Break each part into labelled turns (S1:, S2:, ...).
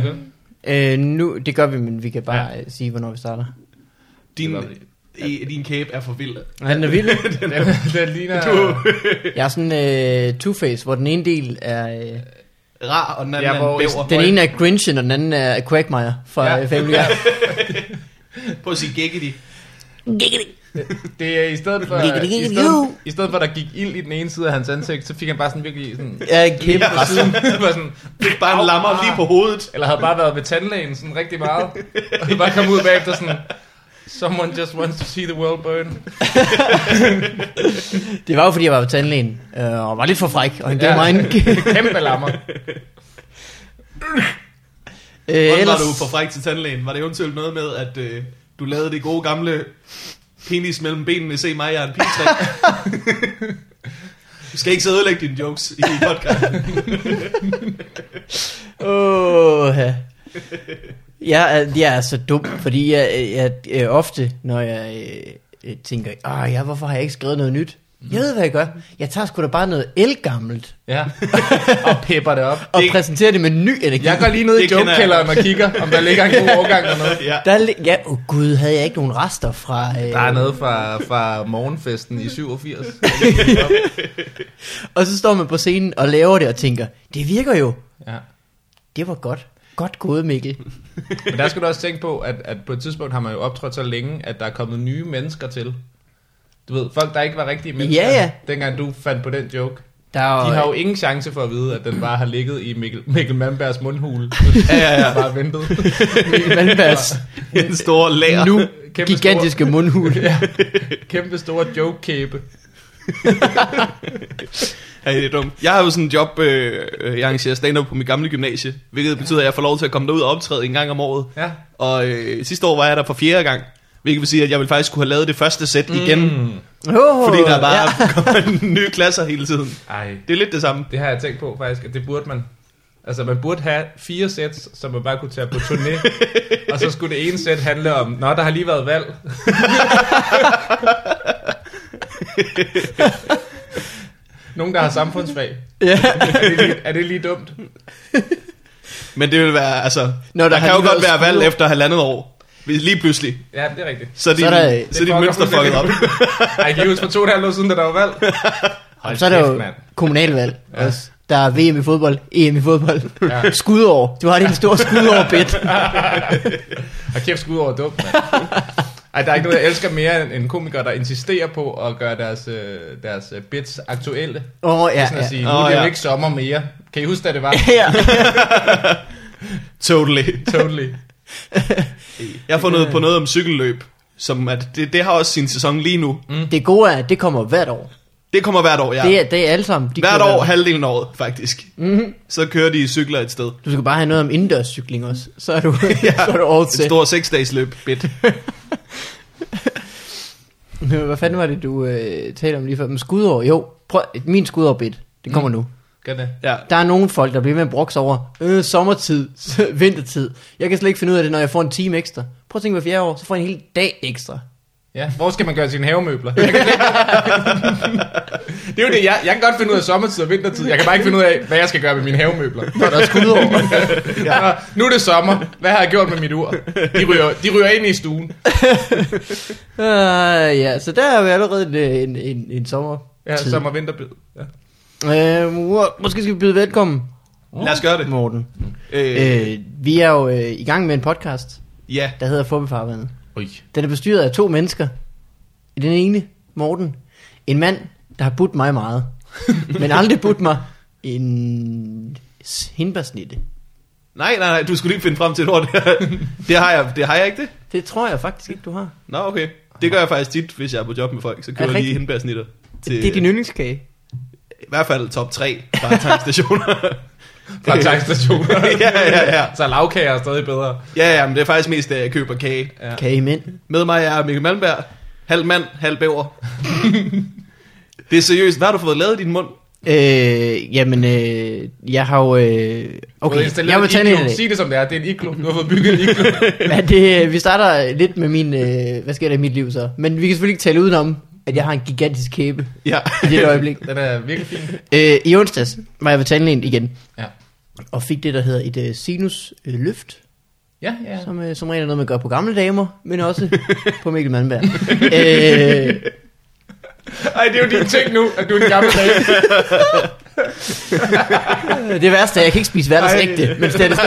S1: Øh, det gør vi, men vi kan bare ja. sige, hvornår vi starter.
S2: Din,
S3: Det var det.
S2: i, din kæbe er for vild.
S1: Han er vild.
S3: Den, den ligner...
S1: Jeg er sådan øh, Two-Face, hvor den ene del er... Øh,
S2: Rar, og den anden
S3: Ja,
S2: ja, er
S3: hvor-
S2: en bæver.
S1: den ene er Grinchen, og den anden er Quagmire fra
S3: Ja.
S1: ja. Family Guy.
S2: Prøv at sige Giggity.
S3: Det er i stedet for...
S1: Gik, gik,
S3: I
S1: gik,
S3: stedet,
S1: jo.
S3: I stedet for, at der gik ild i den ene side af hans ansigt, så fik han bare sådan virkelig sådan...
S1: Jeg er kæmpe
S3: På
S1: ja.
S3: siden, var sådan,
S2: Fik bare en lammer lige på hovedet.
S3: eller havde bare været ved tandlægen sådan rigtig meget. Og så bare kom ud bagefter sådan... Someone just wants to see the world burn.
S1: Det var jo, fordi jeg var ved tandlægen, øh, og var lidt for fræk, og han gav
S3: Ja.
S1: ja. mig en... øh,
S3: Kæmpe lammer.
S2: Hvordan var
S1: ellers,
S2: du for fræk til tandlægen? Var det eventuelt noget med, at øh, du lavede det gode gamle penis mellem benene, se mig, jeg er en pintræ? du skal ikke sidde og ødelægge dine jokes i podcasten.
S1: Åh, ja. Jeg er, jeg er så dum, fordi jeg, jeg, jeg øh, ofte, når jeg øh, tænker, ah, ja, hvorfor har jeg ikke skrevet noget nyt? Jeg ved, hvad jeg gør. Jeg tager sgu da bare noget elgammelt,
S3: Ja. Og pepper det op.
S1: og
S2: Det-
S1: præsenterer det med ny energi.
S3: Jeg går lige ned i
S2: Det kender jeg
S3: jokekælderen og kigger, om der ligger en god overgang eller noget.
S2: ja.
S1: Der, li- ja, åh oh gud, havde jeg ikke nogen rester fra... Øh,
S3: Der er noget fra, fra morgenfesten i 87.
S1: Og så står man på scenen og laver det og tænker, det virker jo.
S3: Ja.
S1: Det var godt. Godt gået, Mikkel.
S3: Men der skal du også tænke på, at, at på et tidspunkt har man jo optrådt så længe, at der er kommet nye mennesker til. Du ved, folk der ikke var rigtige mennesker,
S1: Ja, ja.
S3: dengang du fandt på den joke.
S1: Der er,
S3: De har jo
S1: jo...
S3: ingen chance for at vide, at den bare har ligget i Mikkel, Mikkel Malmbergs mundhule.
S2: Ja, ja, ja.
S3: Bare ventet.
S1: Mikkel øh, Malmbergs
S2: En stor lager.
S1: nu
S3: Kæmpe
S1: gigantiske mundhul.
S3: Kæmpe store joke-kæbe.
S2: Ja, det er dumt. Jeg har jo sådan en job, øh, øh, jeg arrangerer stand-up på mit gamle gymnasie, hvilket betyder, at jeg får lov til at komme derud og optræde en gang om året.
S3: Ja.
S2: Og øh, sidste år var jeg der for fjerde gang, hvilket vil sige, at jeg vil faktisk kunne have lavet det første sæt mm. igen,
S1: Oh,
S2: fordi der bare kommer nye klasser hele tiden.
S3: Ej.
S2: Det er lidt det samme.
S3: Det har jeg tænkt på faktisk, at det burde man. Altså man burde have fire sæt, som man bare kunne tage på turné. og så skulle det ene sæt handle om, nå der har lige været valg. Nogen, der har samfundsfag.
S1: Ja.
S3: Er det lige, er det lige dumt?
S2: Men det vil være, altså,
S1: Når
S2: Når
S1: der
S2: der,
S1: har
S2: der kan jo
S1: lige
S2: godt
S1: været
S2: være valg
S1: skoler.
S2: efter halvandet år. Hvis- Lige pludselig.
S3: Ja, det er rigtigt.
S2: Så er de,
S1: Så er
S2: så
S1: der-
S2: der, så er
S3: Det
S2: de
S3: fucker
S2: mønster fucket op.
S3: fuldstændig Ej, jeg kan huske for to og et halvt år siden, da der var valg.
S1: Hold så er der
S3: kæft,
S1: jo
S3: mand.
S1: kommunalvalg
S3: Ja.
S1: ja. også. Der er VM i fodbold, EM i fodbold,
S3: Ja.
S1: ja. skudår. Du har det en stor skudår-bed.
S3: Og kæft skud over dumt, mand. Ej, der er ikke noget, jeg elsker mere end- end komikere, der insisterer på at gøre deres, øh, deres øh, bits aktuelle.
S1: Åh, oh,
S3: Ja,
S1: ja,
S3: sådan at
S1: ja.
S3: sige, nu
S2: Åh,
S3: er det jo
S2: ja.
S3: ikke sommer mere. Kan I huske, da det var?
S1: ja.
S2: Totally.
S3: totally.
S2: Jeg har fundet på noget om cykelløb, som at det, det har også sin sæson lige nu.
S3: Mm.
S1: Det gode er, at det kommer hvert år.
S2: Det kommer hvert år, ja.
S1: Ja. Mm. Det, er, det er alle sammen. De
S2: hvert
S1: kører Mhm.
S2: år, halvdelen af året, faktisk. Mm-hmm. Så kører de cykler et sted.
S1: Du skal bare have noget om indendørscykling også. Så er du, ja. så er du all
S2: Et
S1: set.
S2: stort seksdages løb, bit.
S1: Hvad fanden var det, du øh, talte om lige før? Men skudår, jo. Prøv, min skudårbid, det kommer mm. nu.
S3: Gør det.
S2: Ja.
S1: Der er nogle folk, der bliver med at brokse over øh, sommertid, vintertid. Jeg kan slet ikke finde ud af det, når jeg får en time ekstra. Prøv at tænke hver fjerde år, så får jeg en hel dag ekstra.
S3: Ja, hvor skal man gøre sine havemøbler? Jeg kan ikke- det er jo det, jeg, jeg kan godt finde ud af sommertid og vintertid. Jeg kan bare ikke finde ud af, hvad jeg skal gøre med mine havemøbler.
S1: Når der er skudår.
S3: Ja. Nå, Nu er det sommer. Hvad har jeg gjort med mit ur? De ryger, de ryger ind i stuen.
S1: uh, ja, så der er jo allerede en, øh, en, en, en sommer.
S3: Ja, sommer vinterbid. Ja.
S1: Øh, må- måske skal vi byde velkommen,
S2: Lad os gøre det.
S1: Morten.
S2: Øh,
S1: Øh, vi er jo øh, i gang med en podcast,
S2: ja.
S1: der hedder Fubbefarvandet.
S3: Ui.
S1: Den er bestyret af to mennesker. Den ene, Morten, en mand, der har budt mig meget, men aldrig budt mig en s- hindbærsnitte.
S2: Nej, nej, nej, du skulle lige finde frem til et ord. Det har jeg, det har jeg ikke det.
S1: Det tror jeg faktisk ikke, du har.
S2: Nå, okay. Det gør jeg faktisk tit, hvis jeg er på job med folk. Så kører jeg lige
S1: rigtigt?
S2: hindbærsnitter.
S1: Det, det er din yndlingskage.
S2: I hvert fald top 3 fra tankstationer.
S3: Fra tankstationer.
S2: ja, ja, ja.
S3: Så lavkager er stadig bedre.
S2: Ja, ja, men det er faktisk mest, at jeg køber kage.
S3: Ja.
S1: Ja. Kage mænd.
S2: Med mig er Mikkel Malmberg. Halv mand, halv bæver. det er seriøst. Hvad har du fået lavet i din mund?
S1: Øh, jamen, øh, jeg har jo... Øh,
S3: Okay,
S1: okay, jeg vil tage
S3: en
S1: en
S3: iglo. Sig det som det er, det er en iglo. Du har fået bygget en iglo.
S1: Men det, øh, vi starter lidt med min... Øh, hvad sker der i mit liv så? Men vi kan selvfølgelig ikke tale udenom, at jeg har en gigantisk kæbe
S2: Ja.
S1: i det øjeblik.
S3: Den er virkelig fin.
S1: Øh, I onsdags var jeg ved tandlægen igen,
S3: Ja.
S1: og fik det, der hedder et øh, sinus øh, løft.
S3: Ja, ja.
S1: som, øh, som regel er noget, man gør på gamle damer, men også på Mikkel Mandberg. øh,
S3: Ej, det er jo din ting nu, at du er en gammel dame.
S1: det værste er, jeg kan ikke spise hverdagsægte,
S2: Ej.
S1: men stadig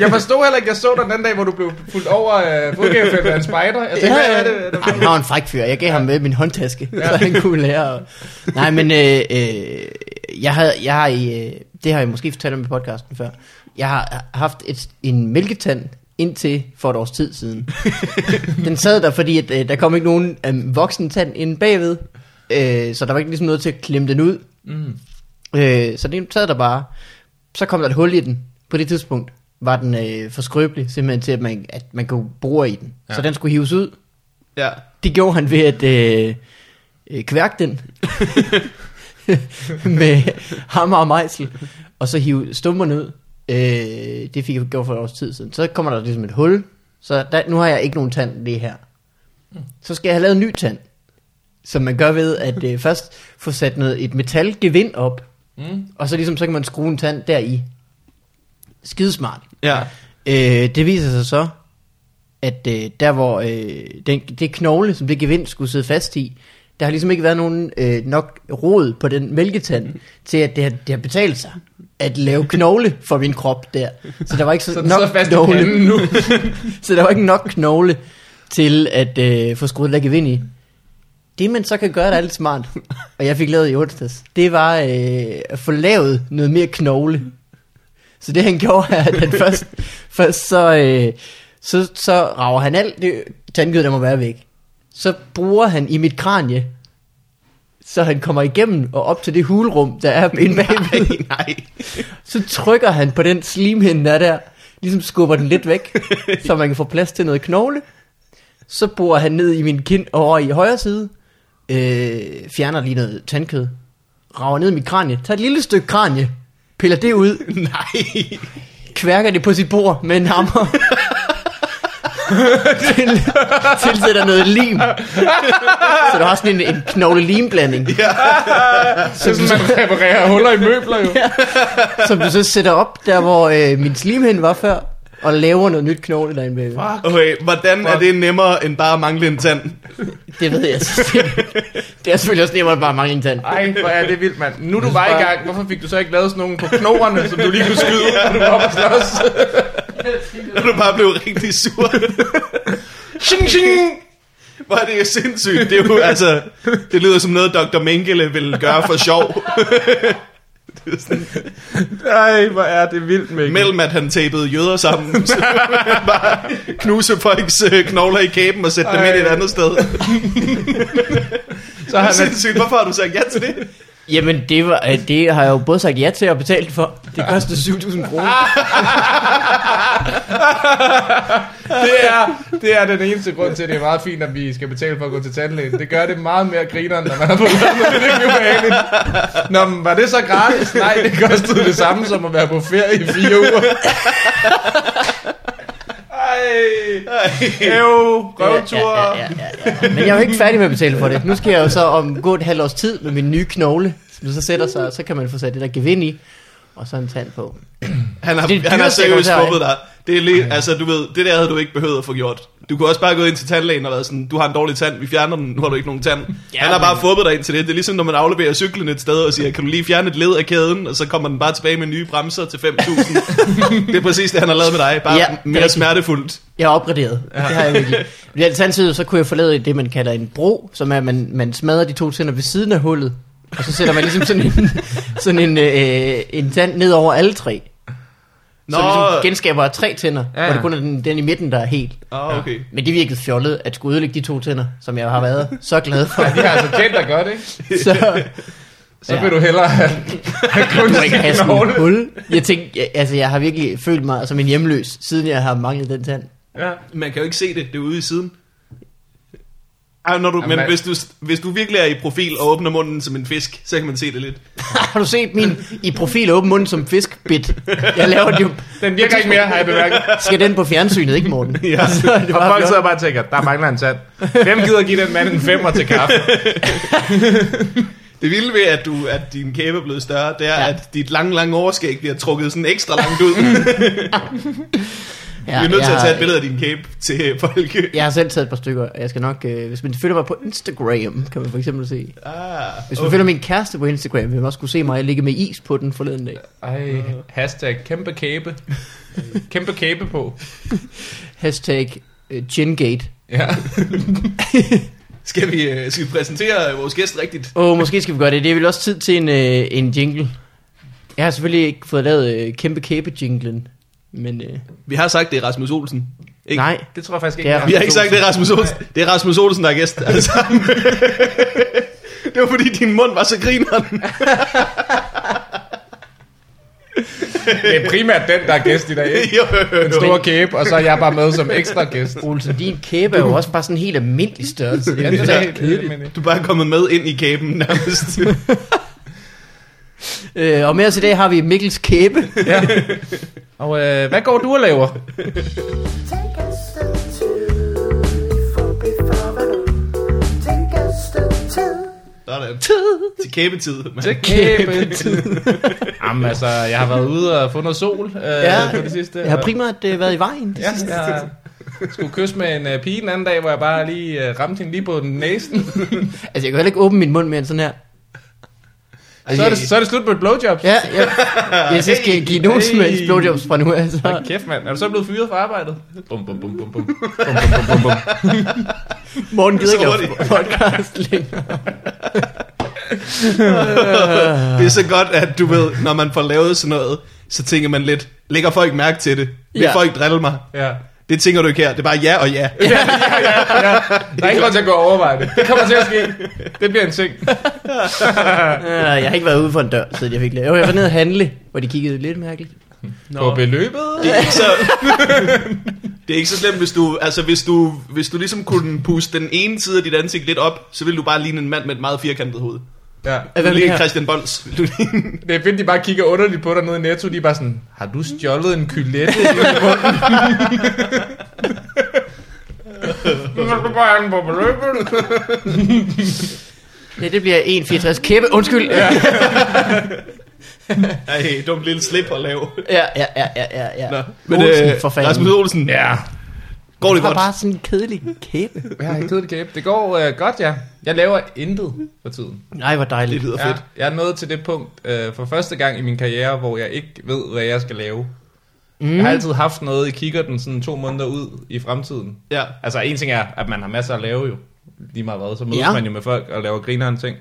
S3: Jeg forstod heller ikke, jeg så dig den anden dag, hvor du blev fuldt over øh, fodgængerfeltet af en spider. Jeg tænkte, hvad er det? Er det
S1: Ej, han var en fræk fyr. Jeg gav ham med min håndtaske, så han kunne lære. at- Nej, men øh, øh, jeg, havde, jeg har i, øh, det har jeg måske fortalt om i podcasten før. Jeg har haft et, en mælketand indtil for et års tid siden. Den sad der, fordi at, øh, der kom ikke nogen øh, voksen tand inde bagved, øh, så der var ikke ligesom noget til at klemme den ud.
S3: Mm.
S1: Øh, så den sad der bare. Så kom der et hul i den. På det tidspunkt var den øh, for skrøbelig, simpelthen til, at man, at man kunne bore i den. Ja. Så
S3: Ja.
S1: den skulle hives ud.
S2: Ja.
S1: Det gjorde han ved at øh, øh, kværke den med hammer og mejsel, og så hive stumperne ud. Øh, det fik jeg gjort for et års tid siden. Så kommer der ligesom et hul, så der, nu har jeg ikke nogen tand lige her. Så skal jeg have lavet en ny tand, som man gør ved at øh, først få sat noget, et metalgevind op,
S3: Mm.
S1: og så ligesom så kan man skrue en tand deri. Skidesmart.
S2: Ja.
S1: Øh, det viser sig så, at øh, der hvor øh, den, det knogle, som det gevind skulle sidde fast i, der har ligesom ikke været nogen øh, nok rod på den mælketand, til at det har, det har betalt sig at lave knogle for min krop der. Så der var ikke så,
S3: Så den
S1: nok
S3: sidder fast i
S1: knogle.
S3: panden nu.
S1: så der var ikke nok knogle til at øh, få skruet det der gevind i. Det man så kan gøre, der er lidt smart, og jeg fik lavet i onsdags, det var øh, at få lavet noget mere knogle. Så det han gjorde er, at han først, først så, øh, så, så rager han alt det tandkød, der må være væk. Så bruger han i mit kranje, så han kommer igennem og op til det hulrum, der er inde bagved.
S2: Nej.
S1: Så trykker han på den slimhinde, der er der, ligesom skubber den lidt væk, så man kan få plads til noget knogle. Så borer han ned i min kind over i højre side, øh, fjerner lige noget tandkød, rager ned i mit kranje, tager et lille stykke kranje, piller det ud,
S2: Nej.
S1: kværker det på sit bord med en hammer. Til, tilsætter noget lim. Så du har sådan en, en knogle-lim-blanding,
S3: Så sådan, man reparerer huller i møbler jo.
S1: som du så sætter op der, hvor øh, min slimhinde var før, og laver noget nyt knogle derinde bagved.
S2: Okay, hvordan er det nemmere end bare at mangle en tand?
S1: Det ved jeg. så Det, det er selvfølgelig også nemmere at bare mangle en tand.
S3: Ej, hvor er det vildt, mand. Nu du
S1: Jeg
S3: var i
S1: spørger-
S3: gang, hvorfor fik du så ikke lavet sådan nogle på knorene, som du lige kunne skyde, når du var oppe og slås?
S2: Når du bare blev rigtig sur. Shing, shing. Hvor er det jo sindssygt. Det, er jo, altså, det lyder som noget, Dr. Mengele ville gøre for sjov. Det er sådan,
S3: Ej, hvor er det vildt, Mikkel.
S2: Mellem at han tapede jøder sammen, så bare knuse folks øh, knogler i kæben og sætte dem
S3: Ej.
S2: ind et andet sted. Det
S3: så har
S2: er
S3: man,
S2: sindssygt. Hvorfor har du sagt ja til det?
S1: Jamen, det, var, øh, det har jeg jo både sagt ja til og betalt for. Det kostede 7.000 kroner.
S3: det, er, det er den eneste grund til, at det er meget fint, at vi skal betale for at gå til tandlægen. Det gør det meget mere grineren, når man har fået lavet noget lidt ubehageligt. Nå, men var det så gratis? Nej, det kostede det samme som at være på ferie i fire uger. Ej, øv, røvtur.
S1: Ja, ja, ja, ja, ja. Men jeg er jo ikke færdig med at betale for det. Nu skal jeg jo så om gå et halvt års tid med min nye knogle, som så sætter sig, og så kan man få sat det der gevind i, og så en tand på.
S2: Han har,
S1: Det er
S2: det
S1: det
S2: han har
S1: dyreste, jeg
S2: seriøst
S1: kommer til at
S2: skubbet dig. Det, er lige, altså, du ved, det der havde du ikke behøvet at få gjort. Du kunne også bare gå ind til tandlægen og været sådan, du har en dårlig tand, vi fjerner den, nu har du ikke nogen tand. Ja, han har bare fået dig ind til det. Det er ligesom, når man afleverer cyklen et sted og siger, kan du lige fjerne et led af kæden, og så kommer den bare tilbage med nye bremser til 5.000. det er præcis det, han har lavet med dig, bare
S1: Ja,
S2: ja,
S1: det er
S2: mere
S1: rigtigt.
S2: smertefuldt.
S1: Jeg er opgraderet. Ja. Det har jeg virkelig. Men alternativet, så kunne jeg få lavet det, man kalder en bro, som er, at man, man smadrer de to tænder ved siden af hullet, og så sætter man ligesom sådan en, sådan en, øh, en tand ned over alle tre. Nå.
S2: Nå.
S1: Så ligesom genskaber tre tænder, ja.
S3: Ja.
S1: hvor det kun er den, den i midten, der er helt.
S2: Åh, oh, okay.
S1: Men det virkede fjollet at skulle ødelægge de to tænder, som jeg har været så glad for.
S3: Ja, de har altså tjent dig godt, ikke?
S1: Så
S3: Så
S1: Ja.
S3: vil du hellere have, have
S1: du må ikke
S3: kunstig
S1: have sådan
S3: knogle.
S1: et hul. Jeg tænkte, jeg, altså jeg har virkelig følt mig som en hjemløs, siden jeg har manglet den tand.
S3: Ja.
S2: Man kan jo ikke se det, det er ude i siden. Ej, Ah, når du,
S3: Jamen,
S2: men
S3: man-
S2: hvis du, hvis du virkelig er i profil og åbner munden som en fisk, så kan man se det lidt.
S1: har du set min i profil åben mund som fiskbit? Jeg laver det jo.
S3: Den virker ikke mere, har jeg bemærket.
S1: Skal den på fjernsynet, ikke Morten?
S2: Ja.
S1: Så er det
S3: Og
S1: bare
S3: folk
S1: flot.
S3: sidder bare og tænker, der mangler en tand. Hvem gider give den mand en femmer til kaffe?
S2: Det vilde ved, at, du, at din kæbe er blevet større, det er,
S1: Ja.
S2: ja. at dit lange, lange overskæg bliver trukket sådan ekstra langt ud. Ja, vi er nødt til at tage et billede af din cape til Folke.
S1: Jeg har selv taget et par stykker, og jeg skal nok... Øh, hvis man følger mig på Instagram, kan man for eksempel se.
S2: Ah,
S1: Hvis man følger min kæreste på Instagram, vil man også kunne se mig ligge med is på den forleden dag.
S3: Ej, hashtag kæmpe kæbe. Kæmpe kæbe på.
S1: Hashtag øh, Gengate.
S3: Ja.
S2: Skal vi, øh, skal vi præsentere vores gæst rigtigt?
S1: Åh, oh, måske skal vi gøre det. Det er vel også tid til en, øh, en jingle. Jeg har selvfølgelig ikke fået lavet øh, kæmpe kæbe jinglen, men øh,
S2: Vi har sagt, det er Rasmus Olsen. Ikke?
S1: nej.
S3: Det tror jeg faktisk
S1: Det
S3: ikke.
S1: er
S3: jeg har.
S2: Vi har ikke sagt, det er Rasmus Olsen. Det er Rasmus Olsen, der er gæst. alle sammen. det var fordi, din mund var så grineren.
S3: Det er primært den, der er gæst i dag. ikke?
S2: jo, jo,
S3: Den
S2: jo.
S3: store kæbe, og så er jeg bare med som ekstra gæst.
S1: Olsen, din kæbe er jo også bare sådan en helt almindelig størrelse. Det er
S3: Ja,
S1: jo
S3: det
S1: sådan
S3: er
S1: helt
S3: helt kedeligt.
S2: Du er bare kommet med ind i kæben nærmest.
S1: Øh, og med os i dag har vi Mikkels kæbe.
S3: Ja. Og øh, hvad går du og laver?
S4: Take a step two, for before Take a step two.
S2: Sådan. Til kæbetid. mand.
S3: Til kæbetid. Jamen altså, jeg har været ude og få noget sol øh, ja, på det sidste.
S1: jeg har
S3: og-
S1: primært øh, været i vejen.
S3: Ja, jeg skulle kysse med en øh, pige en anden dag, hvor jeg bare lige øh, ramte hende lige på den næsen.
S1: Altså, jeg kan heller ikke åbne min mund mere end sådan her.
S3: så, er det, så er det slut på et blowjob.
S1: Ja, ja. Jeg synes, skal jeg give nogen
S3: Hey.
S1: som helst blowjobs fra nu af. Så.
S3: Hold kæft, mand. Er du så blevet fyret fra arbejdet? Bum, bum, bum, bum, bum.
S1: Morten gider
S2: Så
S1: ikke lave
S2: hurtigt.
S1: podcast længere. Øh.
S2: Det er så godt, at du ved, når man får lavet sådan noget, så tænker man lidt, lægger folk mærke til det? Vil
S1: Ja.
S2: ja. folk drille mig?
S3: Ja.
S2: Det tænker du ikke her. Det er bare ja og ja.
S3: Der er ikke grund til at gå og overveje det. Det kommer til at ske. Det bliver en ting.
S1: Øh, jeg har ikke været ude for en dør, siden jeg fik lavet. Jo, jeg var nede og handle, hvor de kiggede lidt mærkeligt.
S3: På beløbet?
S2: Det er ikke så... Det er ikke så slemt, hvis du, altså hvis du, hvis du ligesom kunne puste den ene side af dit ansigt lidt op, så ville du bare ligne en mand med et meget firkantet hoved.
S3: Ja.
S1: Hvad
S2: Du
S1: med det
S2: ligner
S1: her?
S2: Christian Bolds. Du ligner-
S3: Det er fedt, de bare kigger underligt på dig nede i Netto. De er bare sådan, har du stjålet en kylette i munden? Nu skal du bare have den på beløbet.
S1: Ja, det bliver 1,64 kæbe. Undskyld. Ja,
S2: Ej, dumt lille slip at lave.
S1: ja, ja, ja, ja. ja, ja.
S2: Nå. øh,
S1: Men, Olsen, for fanden.
S2: Rasmus Olsen, ja. går det
S1: Det var
S2: godt?
S1: bare sådan en kedelig kæbe.
S3: Jeg har ikke kedeligt kæbe. Det går øh, godt, ja. Jeg laver intet for tiden.
S1: Nej, hvor
S2: Det
S1: dejligt.
S2: lyder
S3: Ja,
S2: fedt.
S3: jeg er nået til det punkt øh, for første gang i min karriere, hvor jeg ikke ved, hvad jeg skal lave. Mm. Jeg har altid haft noget i kikkerten sådan to måneder ud i fremtiden.
S2: Ja.
S3: Altså en ting er, at man har masser at lave jo. Lige meget hvad, så mødes
S1: Ja.
S3: ja. man jo med folk og laver grineren ting.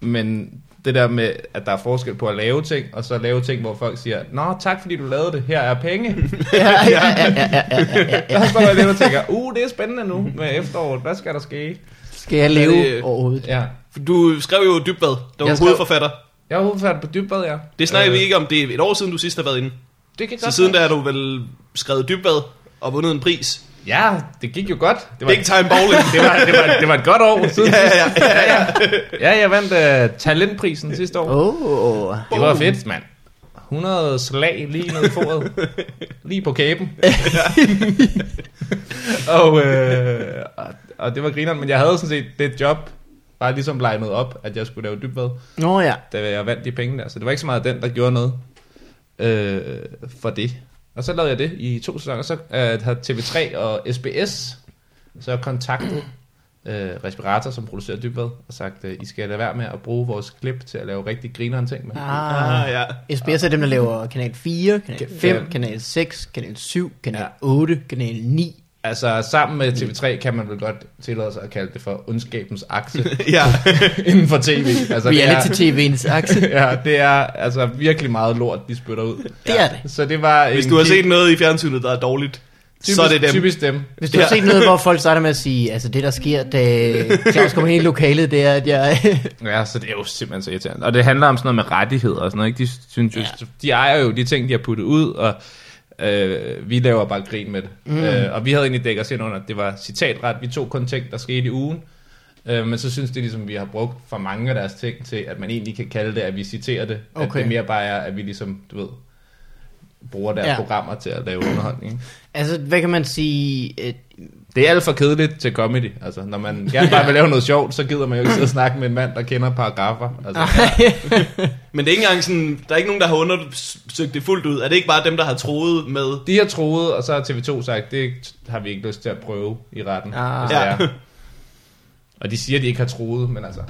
S3: Men det der med, at der er forskel på at lave ting, og så lave ting, hvor folk siger, Nå, tak fordi du lavede det, her er penge.
S1: Ja, ja, ja, ja, ja, ja, ja, ja.
S3: Der står jeg lidt og tænker, uh, det er spændende nu med efteråret, hvad skal der ske?
S1: Skal jeg leve
S2: Ja, det-
S1: overhovedet?
S3: Ja.
S2: Du skrev jo Dybvad, der var
S1: Jeg skrev-
S2: hovedforfatter.
S3: Jeg er hovedfærdig på dybbad, ja.
S2: Det snakker
S3: Øh,
S2: vi ikke om. Det er et år siden, du sidst har været inde.
S3: Det kan
S2: Så
S3: godt
S2: siden
S3: være.
S2: da har du vel skrevet Dybvad og vundet en pris.
S3: Ja, det gik jo godt. Det var,
S2: Big time bowling.
S3: det var, det var, det var et godt år siden.
S2: ja, ja, Øh, ja.
S3: Ja, jeg vandt uh, talentprisen sidste år.
S1: Åh, oh,
S3: Det var fedt, mand. 100 slag lige ned i foret. lige på kæben. og, øh, og, og det var grineren, men jeg havde sådan set det job, bare ligesom legnet op, at jeg skulle lave dybvad,
S1: nå ja.
S3: da jeg vandt de penge der. Så det var ikke så meget den, der gjorde noget øh, for det. Og så lavede jeg det i to sæsoner, så øh, har TV3 og SBS så kontaktet øh, Respirator, som producerer dybvad, og sagt, øh, I skal lade være med at bruge vores klip til at lave rigtig grineren ting med.
S1: Ah,
S2: Ah, ja.
S1: SBS er dem, der laver kanal 4, kanal
S3: Kan-
S1: 5,
S3: ja.
S1: kanal 6, kanal 7, kanal
S3: Ja.
S1: 8, kanal 9.
S3: Altså, sammen med TV3 kan man vel godt tillade sig at kalde det for ondskabens akse
S2: ja.
S3: inden for tv. Altså, det er-
S1: Reality-tv'ens akse.
S3: Ja, det er altså virkelig meget lort, de spytter ud.
S1: Det er det.
S3: Så det var
S2: Hvis
S3: en
S2: du har
S3: kig-
S2: set noget i fjernsynet, der er dårligt,
S3: typisk,
S2: så er det dem.
S3: Typisk dem.
S1: Hvis du har
S2: Ja.
S1: set noget, hvor folk starter med at sige, altså det, der sker, da Claus kommer ind i lokalet, det er, at jeg...
S3: Ja, så det er jo simpelthen så irriterende. Og det handler om sådan noget med rettigheder og sådan noget, ikke? De, synes jo, ja. de ejer jo de ting, de har puttet ud, og øh, vi laver bare grin med det. Mm. Øh, og vi havde egentlig dækket os ind under, at det var citatret. Vi tog kun ting, der skete i ugen. Øh, men så synes det ligesom, vi har brugt for mange af deres ting til, at man egentlig kan kalde det, at vi citerer det. At
S1: Okay.
S3: det mere bare er, at vi ligesom, du ved, bruger deres
S1: Ja.
S3: ja. programmer til at lave underholdning. ikke?
S1: Altså, hvad kan man sige? Øh,
S3: Det er alt for kedeligt til comedy. Altså, når man gerne bare vil lave noget sjovt, så gider man jo ikke sidde og snakke med en mand, der kender paragrafer.
S1: Ah.
S3: Altså,
S2: Men det er ikke engang sådan, der er ikke nogen, der har undersøgt det fuldt ud. Er det ikke bare dem, der har troet med...
S3: de har troet, og så har TV2 sagt, det har vi ikke lyst til at prøve i retten.
S1: Ah.
S3: hvis det
S2: Ja.
S3: er. Og de siger, at de ikke har troet, men altså,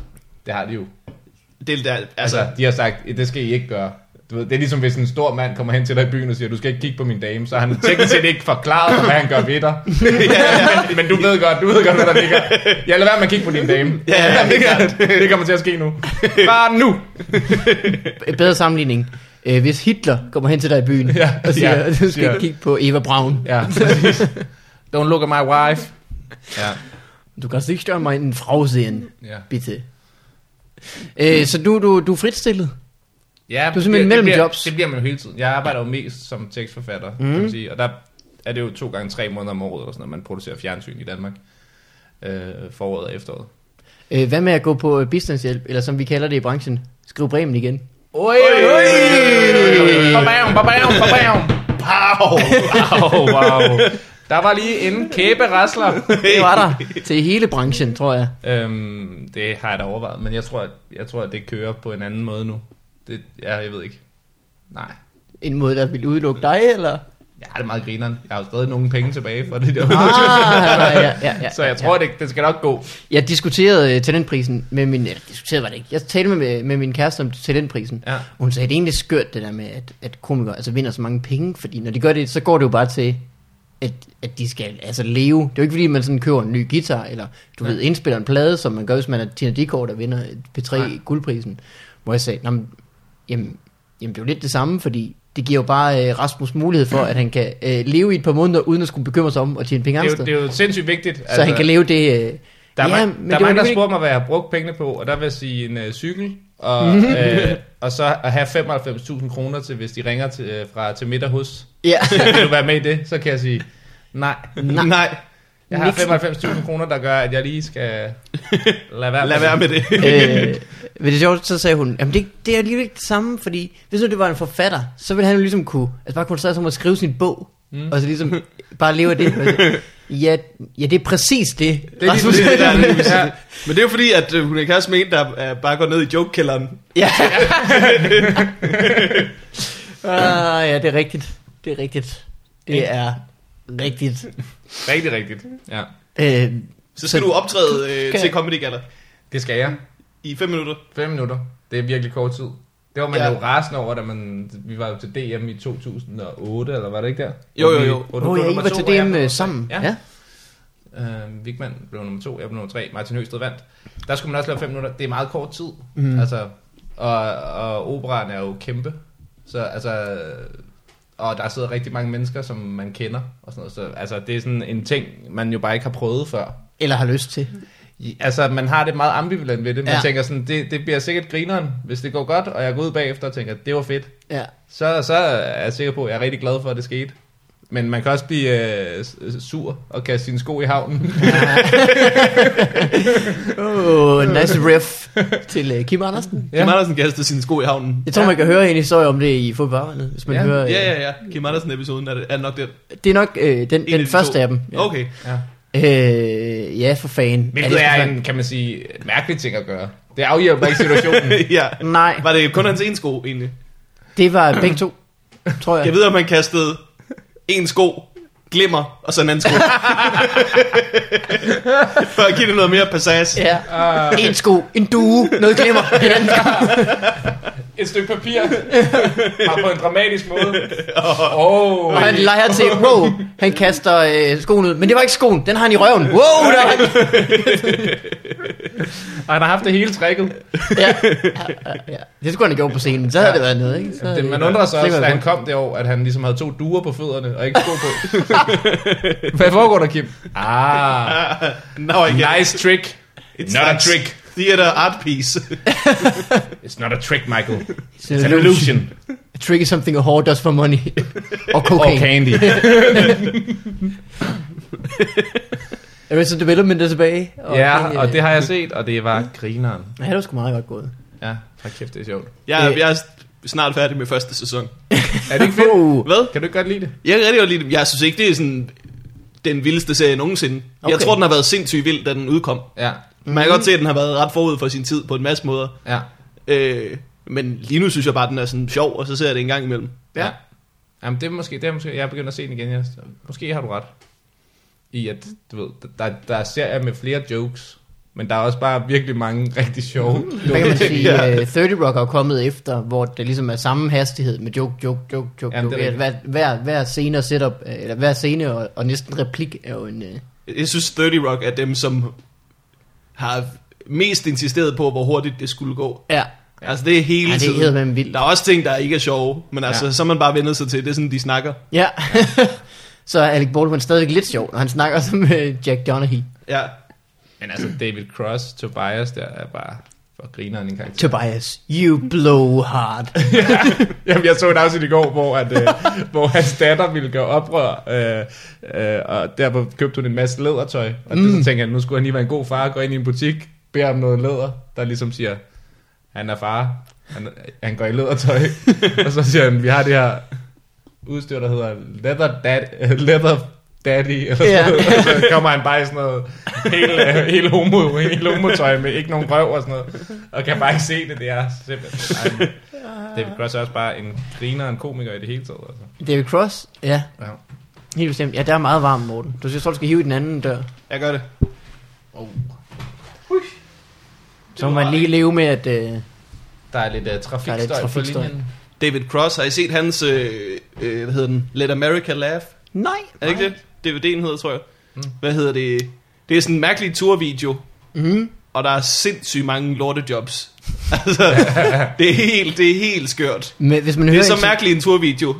S3: det har de jo.
S2: Det er der,
S3: Altså,
S2: altså,
S3: de har sagt, det skal I ikke gøre. Du ved, det er ligesom, hvis en stor mand kommer hen til dig i byen og siger, du skal ikke kigge på min dame, så har han teknisk set ikke forklaret, hvad han gør ved dig. men, men du ved godt, du ved godt, hvad der ligger. Ja, lad være med at kigge på din dame.
S2: Ja, ja,
S3: det,
S2: helt
S3: kan, det kommer til at ske nu. Bare nu!
S1: en bedre sammenligning. Øh, hvis Hitler kommer hen til dig i byen ja,
S3: Ja,
S1: og siger,
S3: ja,
S1: ja, du skal
S3: siger-
S1: ikke kigge på Eva Braun.
S3: Ja, præcis. Don't look at my wife. Ja,
S1: Du kan ikke større mig en Frau sehen,
S3: ja.
S1: bitte. Øh, så du, du, du er fritstillet?
S3: ja
S1: Du er simpelthen mellem
S3: det bliver,
S1: jobs.
S3: Det bliver man jo hele tiden. Jeg arbejder jo mest som tekstforfatter, mm. kan man sige. Og der er det jo to gange tre måneder om året, eller sådan noget, man producerer fjernsyn i Danmark. Øh, foråret og efteråret.
S1: Øh, hvad med at gå på øh, bistandshjælp, eller som vi kalder det i branchen, skriv Bremen igen?
S3: Oi, oi, oi. Babam, babam, babam. Pow. Wow, wow. Der var lige en kæbe rasler.
S1: Det var der til hele branchen, tror jeg.
S3: øhm, det har jeg da overvejet, men jeg tror, at, jeg tror, at det kører på en anden måde nu. Det, ja, jeg ved ikke. Nej.
S1: En måde, der ville udelukke dig, eller?
S3: Jeg har det meget grineren. Jeg har jo stadig nogle penge tilbage for det der.
S1: Ah, ja, ja, ja,
S3: så jeg tror, det, det skal nok gå.
S1: Jeg diskuterede øh, talentprisen med min... Eller diskuterede var det ikke. Jeg talte med, med min kæreste om talentprisen.
S3: Ja.
S1: Og Hun sagde, det er egentlig skørt det der med, at, at komikere altså, vinder så mange penge. Fordi når de gør det, så går det jo bare til, at, at de skal altså, leve. Det er jo ikke fordi, man sådan køber en ny guitar, eller du ved, indspiller en plade, som man gør, hvis man er Tina Dickow, der vinder P3
S3: Nej.
S1: guldprisen. Hvor jeg sagde, "Nå, men, jamen, jamen, det er jo lidt det samme, fordi det giver jo bare øh, Rasmus mulighed for, at han kan øh, leve i et par måneder, uden at skulle bekymre sig om at tjene penge
S3: Det
S1: andre
S3: er, jo,
S1: steder.
S3: det er jo sindssygt vigtigt. altså,
S1: Så han kan leve det... Øh,
S3: Der er, ja, man,
S1: men
S3: der, er
S1: det var
S3: mange, der
S1: alligevel
S3: spurgte mig, hvad jeg har brugt pengene på, og der vil jeg sige en øh, cykel, og,
S1: Mhm.
S3: øh, og så at have 95.000 kroner til, hvis de ringer til, øh, fra, til middag hos.
S1: Ja.
S3: Vil du være med i det? Så kan jeg sige, nej.
S1: Nej.
S2: nej,
S3: Jeg har
S1: Niks.
S3: 95.000 kroner, der gør, at jeg lige skal lade være
S2: lad være med det.
S1: øh, men det sjovt, så sagde hun, jamen det, det er alligevel ikke det samme, fordi hvis nu det var en forfatter, så ville han jo ligesom kunne, altså bare koncentrere sig om at skrive sin bog, mm. og så ligesom bare leve af det. Og så- Ja, ja, det er præcis det.
S3: Det er lige
S1: Rasmus.
S3: præcis
S2: det, der er lige præcis
S3: Ja.
S2: det. Men det er jo fordi, at øh, hun er kæreste med en, der øh, bare går ned i jokekælderen.
S1: ja. ah, ja, det er rigtigt. Det er rigtigt. Det er rigtigt.
S3: Rigtig, rigtigt. Ja.
S1: Øh,
S2: Så skal
S1: Så-
S2: du optræde øh,
S1: Skal-
S2: til Comedy Gala
S3: Det skal jeg.
S2: i 5 minutter.
S3: 5 minutter. Det er virkelig kort tid. Det var man
S2: Ja.
S3: ja. jo rasende over, da man, vi var jo til DM i 2008, eller var det ikke der?
S2: Jo,
S3: Hvor
S2: jo,
S3: vi-
S2: jo.
S3: hvor du
S1: Åh,
S3: blev
S1: ja, I
S3: nummer
S1: var
S3: to,
S1: til
S3: og jeg
S1: dem øh,
S3: blev nummer tre.
S1: sammen.
S3: Ja.
S1: ja.
S3: Øh, Vigman blev nummer to, jeg blev nummer tre, Martin Høsted vandt. Der skulle man også lave 5 minutter. Det er meget kort tid.
S1: Mhm.
S3: Mm. Altså, og, og operan er jo kæmpe. Så altså, og der sidder rigtig mange mennesker, som man kender. Og sådan noget. Så, altså, det er sådan en ting, man jo bare ikke har prøvet før.
S1: Eller har lyst til.
S3: I- Altså, man har det meget ambivalent ved det. Man
S1: Ja.
S3: ja. tænker sådan, det, det bliver sikkert grineren, hvis det går godt, og jeg går ud bagefter og tænker, det var fedt.
S1: Ja.
S3: Så, så er jeg sikker på, at jeg er rigtig glad for, at det skete. Men man kan også blive øh, s- sur og kaste sine sko i havnen.
S1: Åh, nice ref til øh, Kim Andersen.
S2: Ja. Kim Andersen kastede sine sko i havnen.
S1: Jeg tror, ja. man kan høre en historie om det i fodboldvarvandet, hvis man ja.
S3: Ja.
S1: hører... øh,
S2: Ja, ja, ja. Kim Andersen-episoden er, det- er nok den.
S1: Det er nok øh, den,
S2: En af
S1: den
S2: de
S1: første
S2: to.
S1: af dem. Ja.
S2: Okay.
S3: ja.
S1: Øh, ja, for fanden.
S3: Hvilket
S1: det
S3: ja,
S1: for
S3: er en, kan man sige, mærkelig ting at gøre. Det afhjælper ikke situationen.
S2: ja.
S1: fanden? Nej,
S2: Var det kun hans ene sko, egentlig?
S1: det var begge to, tror jeg.
S2: Jeg ved, om han kastede en sko, glimmer, og så en anden sko. For at give det noget mere passage.
S1: Ja.
S3: Ah.
S1: Uh... En sko, en due, noget glemmer. en anden sko.
S3: Et stykke papir. Bare på en dramatisk måde. Åh. Oh.
S1: Og han leger til, wow, han kaster øh, skoen ud. Men det var ikke skoen, den har han i røven. Wow, der har han.
S3: Og han har haft det hele tricket.
S1: Ja. Ja, ja, ja. Det skulle han have gjort på scenen, så havde det været noget, ikke? Så,
S3: Det, man
S1: øh,
S3: undrer sig
S1: slipper
S3: også, da
S1: jeg
S3: han
S1: for.
S3: kom det år, at han ligesom havde to duer på fødderne og ikke sko på. Hvad foregår der, Kim? Ah,
S2: Now I get it.
S3: nice trick. It's not a trick.
S2: Theater art piece.
S3: It's not a trick, Michael.
S1: It's an illusion. A trick is something a whore does for money. Og
S3: Okay.
S1: cocaine.
S3: Or candy.
S1: Arrested Development er tilbage.
S3: ja, og det har jeg set, og det var grineren.
S1: Ja, det var sgu meget godt gået.
S3: Ja, for kæft, det er sjovt.
S2: Jeg,
S1: Øh.
S2: jeg, Vi er snart færdige med første sæson.
S3: Er det ikke fedt?
S1: Uh,
S2: Hvad?
S3: Kan du ikke godt lide det?
S2: Jeg kan rigtig godt lide dem. Jeg synes ikke, det er sådan den vildeste serie nogensinde. Okay. Jeg
S1: Okay.
S2: tror, den har været sindssygt vild, da den udkom.
S3: Ja,
S2: Man kan godt se, at den har været ret forud for sin tid på en masse måder.
S3: ja.
S2: Øh, men lige nu synes jeg bare, at den er sådan sjov, og så ser jeg det en gang imellem.
S3: Ja. Jamen, det er måske, det er måske, jeg er begyndt at se den igen. Jeg, måske har du ret i, at du ved, der, der er serier med flere jokes, men der er også bare virkelig mange rigtig sjove.
S1: hvad kan man sige? Øh, 30 Rock er jo kommet efter, hvor det ligesom er samme hastighed med joke, joke, joke, joke.
S3: Jamen,
S1: Jamen,
S3: det
S1: joke.
S3: er
S1: Ja, Hver, hver, hver scene og setup, øh, eller hver scene og, og næsten replik er jo en... Øh,
S2: Jeg synes, 30 Rock er dem, som har mest insisteret på, hvor hurtigt det skulle gå.
S1: ja,
S2: Altså, det er hele
S1: Ja, det er
S2: tiden.
S1: eddermame vildt.
S2: Der er også ting, der ikke er sjove, men altså,
S3: Ja.
S2: ja. så er man bare vendet sig til, det er sådan, de snakker.
S1: ja. Så er Alec Baldwin stadigvæk lidt sjov, når han snakker som øh, Jack Donaghy.
S2: Ja.
S3: Men altså, David Cross, Tobias, der er bare for grineren en karakter.
S1: Tobias, you blow hard.
S3: Jamen, jeg så et afsnit i går, hvor, at, øh, hvor hans datter ville gøre oprør, øh, øh, og derpå købte hun en masse lædertøj. Og mm. det, så tænkte jeg, nu skulle han lige være en god far, gå ind i en butik, bede om noget læder, der ligesom siger, han er far, han, han går i lædertøj. og så siger han, vi har det her udstyr, der hedder leather, dad, leather daddy, eller sådan
S1: Ja.
S3: noget. Og så kommer han bare i sådan noget helt, øh, helt, homo, helt homotøj med ikke nogen røv og sådan noget. Og kan bare ikke se det, det er simpelthen... Ej, David Cross er også bare en griner og en komiker i det hele taget. Altså.
S1: David Cross, ja,
S3: Ja.
S1: helt bestemt. Ja, der er meget varmt, Morten. Du synes, du skal hive i den anden dør.
S2: Jeg gør det.
S1: Så må man lige leve med, at... Øh,
S3: Der er lidt uh, trafikstøj,
S1: Der er lidt
S3: på
S1: trafikstøj.
S3: linjen.
S2: David Cross, har I set hans, øh, øh, hvad hedder den? Let America Laugh?
S1: nej,
S2: Er det ikke det? DVD'en hedder, tror jeg. Mm. Hvad hedder det? Det er sådan en mærkelig turvideo,
S1: Mm.
S2: og der er sindssygt mange lortejobs. altså, det er helt, det er helt skørt.
S1: Men hvis man
S2: Det
S1: hører
S2: er så
S1: en-
S2: mærkelig en turvideo.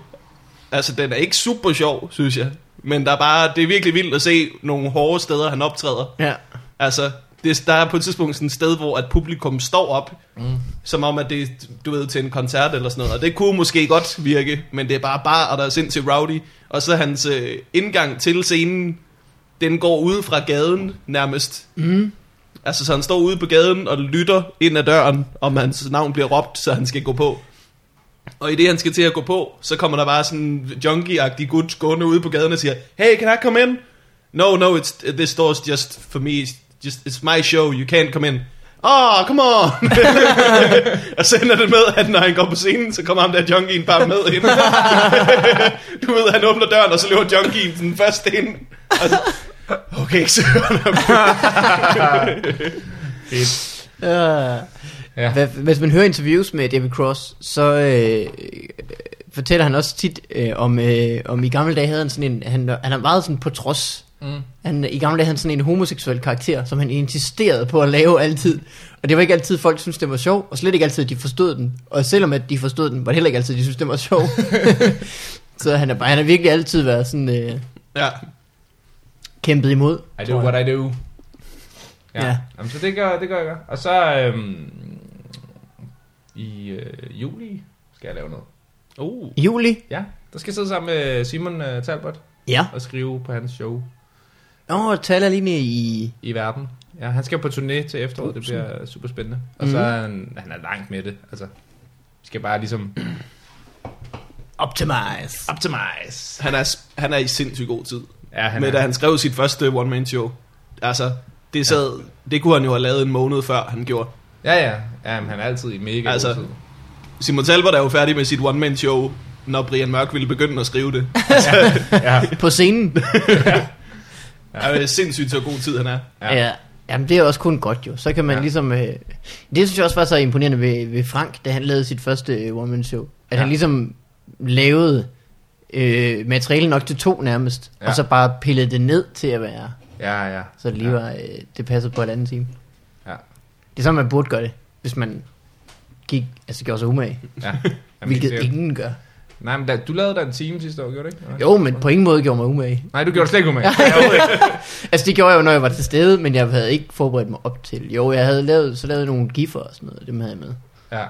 S2: Altså, den er ikke super sjov, synes jeg. Men der er bare, det er virkelig vildt at se nogle hårde steder, han optræder.
S1: Ja.
S2: Altså, det, der er på et tidspunkt sådan et sted, hvor at publikum står op, mm. som om at det er, du ved, til en koncert eller sådan noget. Og det kunne måske godt virke, men det er bare bar, og der er sindssygt rowdy. Og så hans øh, indgang til scenen, den går ude fra gaden nærmest. Mm. Altså, så han står ude på gaden og lytter ind ad døren, om hans navn bliver råbt, så han skal gå på. Og i det, han skal til at gå på, så kommer der bare sådan en junkie-agtig gut gående ude på gaden og siger, Hey, can I come in? No, no, it's this door's just for me. It's just it's my show. You can't come in. Oh, come on! og så ender det med, at når han går på scenen, så kommer ham der junkien bare med ind. du ved, han åbner døren, og så løber junkien den første ind. Og så, okay, så
S3: Fedt.
S1: Øh,
S3: Ja.
S1: Hvad- Hvis man hører interviews med David Cross, så øh, øh, fortæller han også tit øh, om, øh, om i gamle dage havde han sådan en, han, han er meget sådan på trods. Mm. Han, I gamle dage havde han sådan en homoseksuel karakter, som han insisterede på at lave altid. Og det var ikke altid, folk syntes, det var sjov, og slet ikke altid, at de forstod den. Og selvom at de forstod den, var det heller ikke altid, de syntes, det var sjov. så han, er, bare- han har virkelig altid været sådan øh,
S2: ja.
S1: kæmpet imod.
S3: I do
S1: tror jeg.
S3: what I do. Ja.
S1: Ja.
S3: ja. Jamen, så det gør, det gør jeg godt. Og så øhm, i øh, juli skal jeg lave noget.
S2: Uh.
S1: I Juli?
S3: Ja, der skal jeg sidde sammen med Simon øh, Talbot
S1: Ja.
S3: og skrive på hans show
S1: Åh, oh, taler lige i...
S3: i verden. Ja, han skal på turné til efteråret, det bliver super spændende. Og så er han, han er langt med det. Altså, vi skal bare ligesom
S1: Optimize.
S3: optimize.
S2: Han, er, s- han er i sindssygt god tid.
S3: Ja,
S2: Han med da han skrev sit første one-man-show. Altså, det, sad, ja. det kunne han jo have lavet en måned før, han gjorde.
S3: Ja, ja. ja men han er altid i mega altså,
S2: Altså,
S3: god tid.
S2: Simon Talbot er jo færdig med sit one-man-show, når Brian Mørk ville begynde at skrive det.
S3: Ja,
S1: På scenen.
S2: Ja. Det er sindssygt så god tid, han er.
S3: Ja.
S1: Ja. ja. Jamen det er også kun godt jo. Så kan man
S3: Ja.
S1: ja. ligesom... Øh, det synes jeg også var så imponerende ved, ved Frank, da han lavede sit første øh, one-man show. At
S3: Ja.
S1: ja. han ligesom lavede øh, materiale nok til to nærmest. Ja.
S3: Ja.
S1: Og så bare pillede det ned til at være...
S3: ja, ja.
S1: Så det lige
S3: ja.
S1: var... Øh, det passede på et andet time.
S3: Ja.
S1: Det er sådan, man burde gøre det. Hvis man gik, altså gjorde sig umage.
S3: Ja.
S1: Jamen,
S3: Jamen,
S1: hvilket
S3: det, ikke.
S1: ingen gør.
S3: Nej, men da, du lavede da en time sidste år, gjorde du ikke? Nej.
S1: Jo, men på ingen måde gjorde mig umage.
S3: Nej, du gjorde det slet ikke med.
S1: Altså det gjorde jeg jo, når jeg var til stede, men jeg havde ikke forberedt mig op til. Jo, jeg havde lavet, så lavet nogle giffer og sådan noget. Dem havde jeg med.
S3: ja,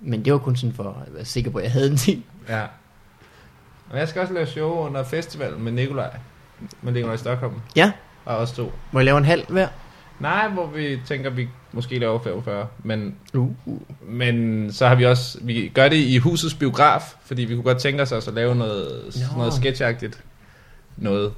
S1: Men det var kun sådan for at være sikker på, at jeg havde en time.
S3: ja. Og jeg skal også lave show under festivalen med Nikolaj. Med Nikolaj i Stockholm.
S1: Ja,
S3: Og også to.
S1: må jeg lave en halv hver?
S3: Nej, hvor vi tænker, vi måske laver 45, men,
S1: Uh.
S3: men så har vi også, vi gør det i husets biograf, fordi vi kunne godt tænke os også at lave noget,
S1: Nå.
S3: noget sketchagtigt noget.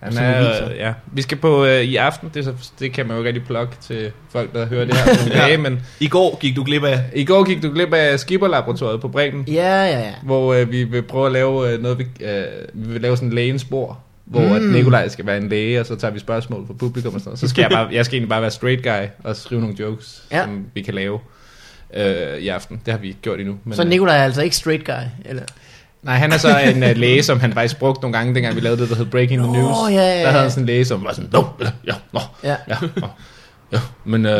S3: Han
S1: Som vi
S3: er,
S1: viser.
S3: ja. Vi skal på øh, i aften, det, er så, det kan man jo ikke rigtig plukke til folk, der hører det her om nogle
S2: Ja.
S3: dage, men
S2: I går gik du glip af
S3: i går gik du glip af Skipperlaboratoriet på Bremen,
S1: Ja, ja, ja.
S3: hvor øh, vi vil prøve at lave øh, noget, vi, øh, vi vil lave sådan en lægens bord, hvor mm.
S1: Hmm.
S3: at Nikolaj skal være en læge, og så tager vi spørgsmål fra publikum og sådan noget. Så skal jeg, bare, jeg skal egentlig bare være straight guy og skrive nogle jokes,
S1: Ja.
S3: ja. som vi kan lave øh, i aften. Det har vi ikke gjort endnu. Men,
S1: Så
S3: øh,
S1: Nikolaj er altså ikke straight guy, eller?
S3: Nej, han er så en uh, læge, som han faktisk brugte nogle gange, dengang vi lavede det, der hed Breaking the
S1: Nå,
S3: News.
S1: ja, ja, ja.
S3: Der havde han sådan en læge, som var sådan, nå, eller, ja, nå,
S1: Ja.
S3: ja, nå, ja, men... Uh,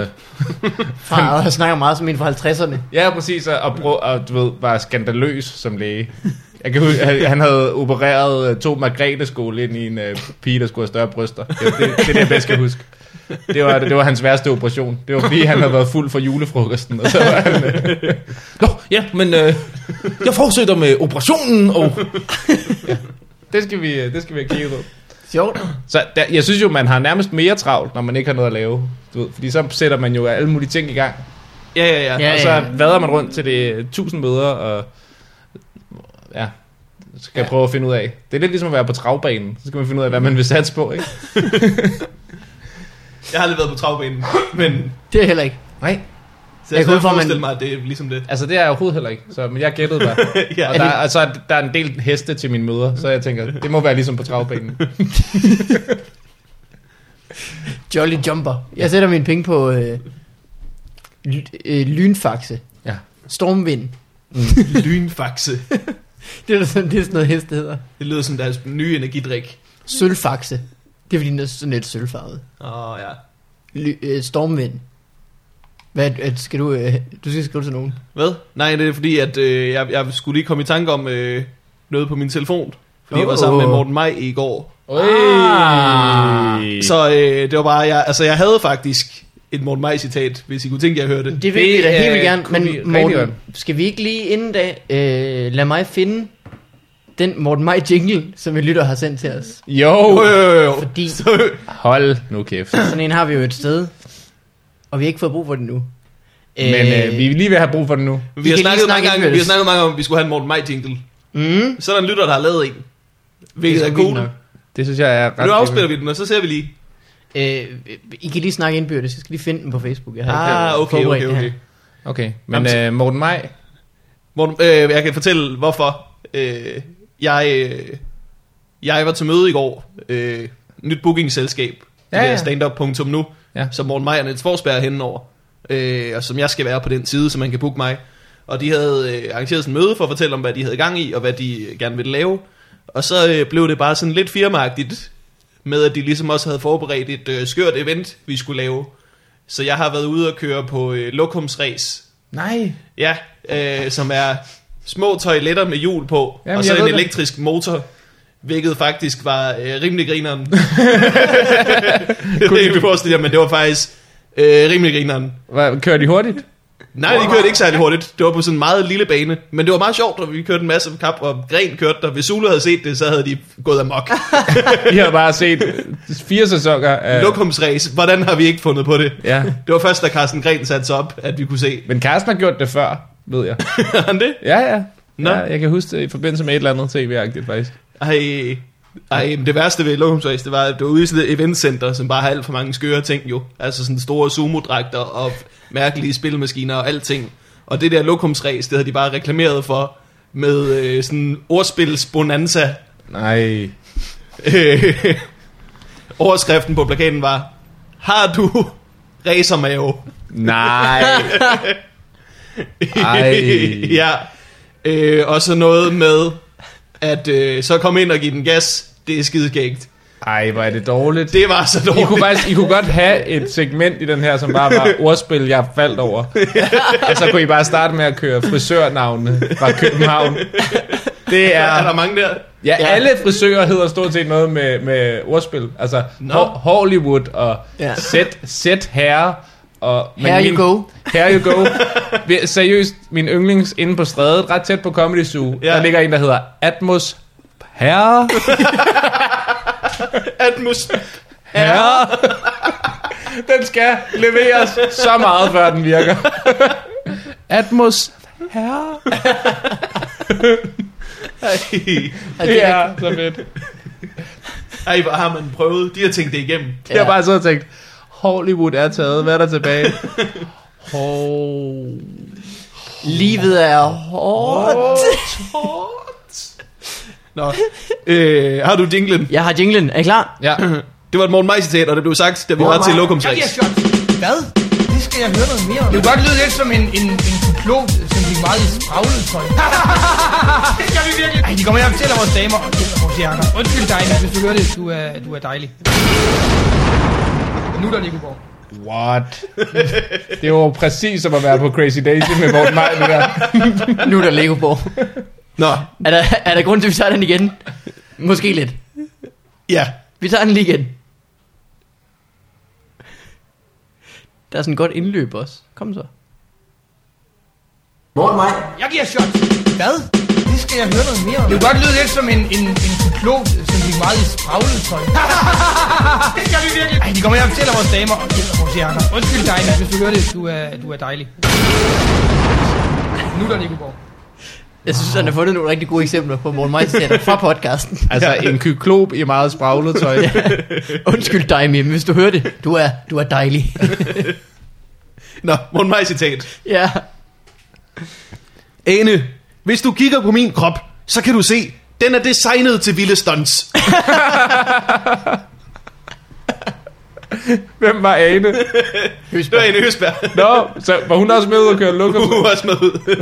S1: Fra, og han snakker meget som en fra 50'erne.
S3: ja, præcis, og, og, brug, og du ved, var skandaløs som læge. Jeg kan huske, han- han havde opereret øh, to Margrethe-skole ind i en uh, pige, der skulle have større bryster. Det, det, det er det, jeg bedst kan huske. Det var, det var hans værste operation. Det var fordi, han havde været fuld for julefrokosten. Og så var han, øh, Nå, ja, men øh, jeg fortsætter med operationen. Og... Ja, det skal vi, øh, det skal vi have kigget på.
S1: Sjovt.
S3: Så der, jeg synes jo, man har nærmest mere travlt, når man ikke har noget at lave. Du ved, fordi så sætter man jo alle mulige ting i gang.
S2: Ja, ja, ja.
S1: Ja.
S3: Ja, og så vader man rundt til det øh, tusind møder, og ja, så skal
S1: Ja.
S3: ja. jeg prøve at finde ud af. Det er lidt ligesom at være på travbanen. Så skal man finde ud af, hvad man vil satse på, ikke?
S2: Jeg har aldrig været på travbanen, men
S1: Det er heller ikke.
S3: Nej.
S2: så
S1: Jeg
S2: jeg, jeg
S1: går ud
S2: kan
S1: fra, man-
S2: forestille mig, at det er ligesom det.
S3: Altså, det er jeg overhovedet heller ikke, så, men jeg gættede bare.
S2: ja.
S3: Og der, og så er der er en del heste til mine møder, så jeg tænker, det må være ligesom på travbanen.
S1: Jolly Jumper. Jeg sætter mine penge på øh, ly- øh, lynfaxe.
S3: Ja.
S1: Stormvind.
S2: Lynfaxe.
S1: Det er, da sådan, det er sådan noget hest, det hedder.
S2: Det lyder som deres nye energidrik.
S1: Sølvfaxe. Det er fordi, den er sådan lidt sølvfarvet.
S2: Åh, oh, ja.
S1: Ly- øh, stormvind. Hvad øh, skal du... Øh, du skal skrive til nogen.
S2: Hvad? Nej, det er fordi, at øh, jeg, jeg skulle lige komme i tanke om øh, noget på min telefon. Fordi jeg var
S1: Oh.
S2: sammen med Morten Maj i går.
S3: Ah. Så
S2: Så øh, det var bare, jeg, altså jeg havde faktisk et Morten Maj-citat, hvis I kunne tænke jer at høre det.
S1: Det vil
S3: Det,
S1: vi da helt
S3: øh,
S1: vildt gerne.
S3: kunne vi
S1: Men
S3: rigtig
S1: Morten,
S3: godt.
S1: skal vi ikke lige inden da... Øh, lad mig finde den Morten Maj jingle, som en lytter har sendt til os.
S3: jo,
S2: jo, jo, jo.
S1: Fordi
S2: Så,
S3: hold nu kæft.
S1: sådan en har vi jo et sted. Og vi har ikke fået brug for den nu.
S3: Men øh, vi er lige ved at have brug for det nu.
S2: vi, har
S1: kan lige
S2: snakket mange
S1: snakke
S2: gange, vi har
S1: indbyrdes.
S2: snakket mange gange om, at vi skulle have en Morten Maj-jingle.
S1: Mm,
S2: Så er der en lytter, der har lavet en.
S1: det
S2: Hvilket er
S1: sgu vildt
S2: cool.
S1: nok.
S3: Det synes jeg er ret...
S2: Nu afspiller vi den, og så ser vi lige.
S1: Øh, I kan lige snakke indbyrdes. Jeg skal lige finde den på Facebook. Jeg har ikke
S2: Ah,
S1: øh,
S2: okay,
S1: forberedt
S2: okay,
S1: det her.
S2: okay.
S3: Okay, men øh, Morten Maj,
S2: Morten, øh, jeg kan fortælle, hvorfor. Øh, jeg, øh, jeg var til møde i går. Øh, nyt bookingselskab.
S3: Ja,
S2: Ja, ja.
S3: ja.
S2: Standup.nu.
S3: Ja.
S2: Ja. Som Morten Maj og Niels Forsberg er henover. Øh, og som jeg skal være på den side, så man kan booke mig. Og de havde øh, arrangeret sådan et møde for at fortælle om, hvad de havde gang i, og hvad de gerne ville lave. Og så øh, blev det bare sådan lidt firmagtigt, med at de ligesom også havde forberedt et øh, skørt event, vi skulle lave. Så jeg har været ude og køre på øh, lokumsræs
S3: Nej.
S2: Ja, øh, som er små toiletter med hjul på,
S3: Jamen,
S2: Jamen, og så
S3: jeg
S2: en
S3: ved det.
S2: elektrisk det. motor, hvilket faktisk var øh, rimelig grineren. det er ikke forestille jer, men det var faktisk øh, rimelig grineren.
S3: Hvad, kører de hurtigt?
S2: Nej, de kørte ikke særlig hurtigt. Det var på sådan en meget lille bane. Men det var meget sjovt, og vi kørte en masse kap, og Gren kørte der. Hvis Zulu havde set det, så havde de gået amok.
S3: Vi har bare set fire sæsoner af...
S2: Lokumsræs, hvordan har vi ikke fundet på det?
S3: Ja.
S2: Det var først, da Carsten Gren satte sig op, at vi kunne se.
S3: Men Carsten har gjort det før, ved jeg.
S2: Har han det?
S3: Ja, ja.
S2: Nå.
S3: ja jeg kan huske det i forbindelse med et eller andet tv-agtigt, faktisk.
S2: Ej, ej, men det værste ved lokumsræs, det var, at det var ude i sådan et eventcenter, som bare har alt for mange skøre ting jo. Altså sådan store sumodragter og mærkelige spilmaskiner og alting. Og det der lokumsræs, det havde de bare reklameret for med øh, sådan ordspils bonanza.
S3: Nej.
S2: Øh, overskriften på plakaten var, har du racermave?
S3: Nej. Ej.
S2: ja. Øh, og så noget med, at øh, så kom ind og give den gas. Det er skidegægt.
S3: Ej, hvor er det dårligt.
S2: Det var så dårligt.
S3: I kunne, faktisk, I kunne godt have et segment i den her, som bare var ordspil, jeg faldt over. Og så kunne I bare starte med at køre frisørnavne fra København. Det
S2: Ja. Ah. Er der
S3: er...
S2: mange der?
S3: Ja,
S1: Ja.
S3: alle frisører hedder stort set noget med, med ordspil. Altså,
S2: Nå.
S3: Ho- Hollywood og
S1: Ja.
S3: Set, set Herre. Og, men
S1: Here you go.
S3: Here you go. Vi- Seriøst, min yndlings inde på strædet, ret tæt på Comedy Zoo,
S2: Ja.
S3: ja. der ligger en, der hedder Atmos Herre.
S2: Atmos.
S3: Herre. Den skal leveres så meget, før den virker. Atmos herre. Det er så fedt.
S2: Ej, hvor har man prøvet. De har tænkt det igennem.
S3: Jeg har bare siddet og tænkt, Hollywood er taget, hvad er der tilbage? Hov.
S1: Livet er hårdt.
S2: Nå. Øh, har du jinglen?
S1: Jeg har jinglen. Er I klar?
S3: Ja.
S2: Det var et Morten Maj citat, og det blev sagt, da vi var til Lokum 3.
S5: Hvad? Det skal jeg høre noget mere om. Det kunne godt lyde lidt som en, en, en klog, som gik meget i spraglet tøj. det skal vi virkelig. Ej, de kommer hjem til vores damer og gælder vores hjerner. Undskyld dig, Nick, hvis du hører det. Du er, du er dejlig. Nu er der Nicoborg.
S3: What? Det var præcis som at være på Crazy Daisy med Morten Maj, det der.
S1: Nu er der Lego på.
S2: Nå,
S1: Er der, er der grund til, at vi tager den igen? Måske lidt.
S2: ja.
S1: Vi tager den lige igen. Der er sådan et godt indløb også. Kom så.
S5: Jeg giver shot. Hvad? Det skal jeg høre noget mere om. Det kunne godt lyde lidt som en, en, en klog, som gik meget i spraglet tøj. det skal vi virkelig. Ej, de kommer hjem til vores damer og gælder vores hjerner. Undskyld dig, Nick, hvis du hører det. Du er, du er dejlig. Nu er der Nicoborg.
S1: Jeg synes, han har fundet nogle rigtig gode eksempler på Morten Majstater fra podcasten.
S3: Altså, en kyklop i meget spraglet tøj.
S1: Undskyld dig, Mim, hvis du hører det. Du er, du er dejlig.
S2: Nå, Morten Maj citat.
S1: ja.
S2: Ane, hvis du kigger på min krop, så kan du se, den er designet til vilde stunts.
S3: Hvem var Ane?
S2: Det var Ane Høsberg.
S3: Nå, så var hun også med ud og køre lukker?
S2: Hun var også med ud.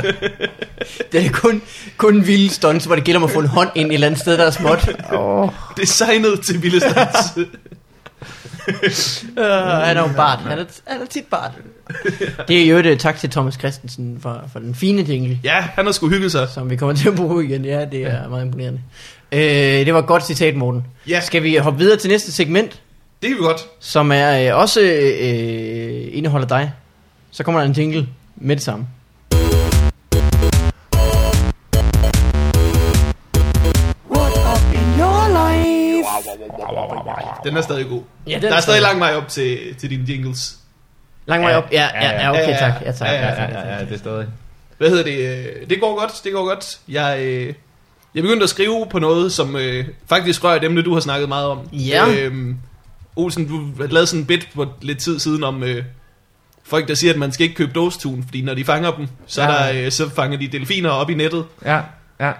S1: Det er kun, kun vilde stunts, hvor det gælder om at få en hånd ind et eller andet sted, der er småt.
S2: Designet til vilde stunts.
S1: Uh, han er jo bart. Han er, han er tit bart. Det er jo et øh, tak til Thomas Christensen for, for den fine jingle,
S2: Ja, han har sgu hygget sig.
S1: som vi kommer til at bruge igen. Ja, det er meget imponerende. Øh, det var et godt citat, Morten.
S2: Ja.
S1: Skal vi hoppe videre til næste segment,
S2: Det kan vi godt.
S1: som er øh, også øh, indeholder dig? Så kommer der en jingle med det samme.
S2: Den er stadig god.
S1: Ja, den
S2: der
S1: er
S2: er stadig
S1: stadig-
S2: lang vej op til, til dine jingles.
S1: Lang vej
S3: Ja,
S1: op. Ja, ja, ja, okay, tak. Ja, tak.
S2: Ja,
S1: Ja,
S2: ja,
S1: tak.
S3: ja, det er stadig.
S2: Hvad hedder det? øh, Det går godt, det går godt. Jeg, øh, jeg begyndte at skrive på noget, som øh, faktisk rører et emne, du har snakket meget om.
S1: Ja.
S2: Øhm, Olsen, du lavede sådan en bit for lidt tid siden om øh, folk, der siger, at man skal ikke købe dåstun, fordi når de fanger dem, så, ja.
S3: Ja.
S2: der, øh, så fanger de delfiner op i nettet,
S3: Ja, ja.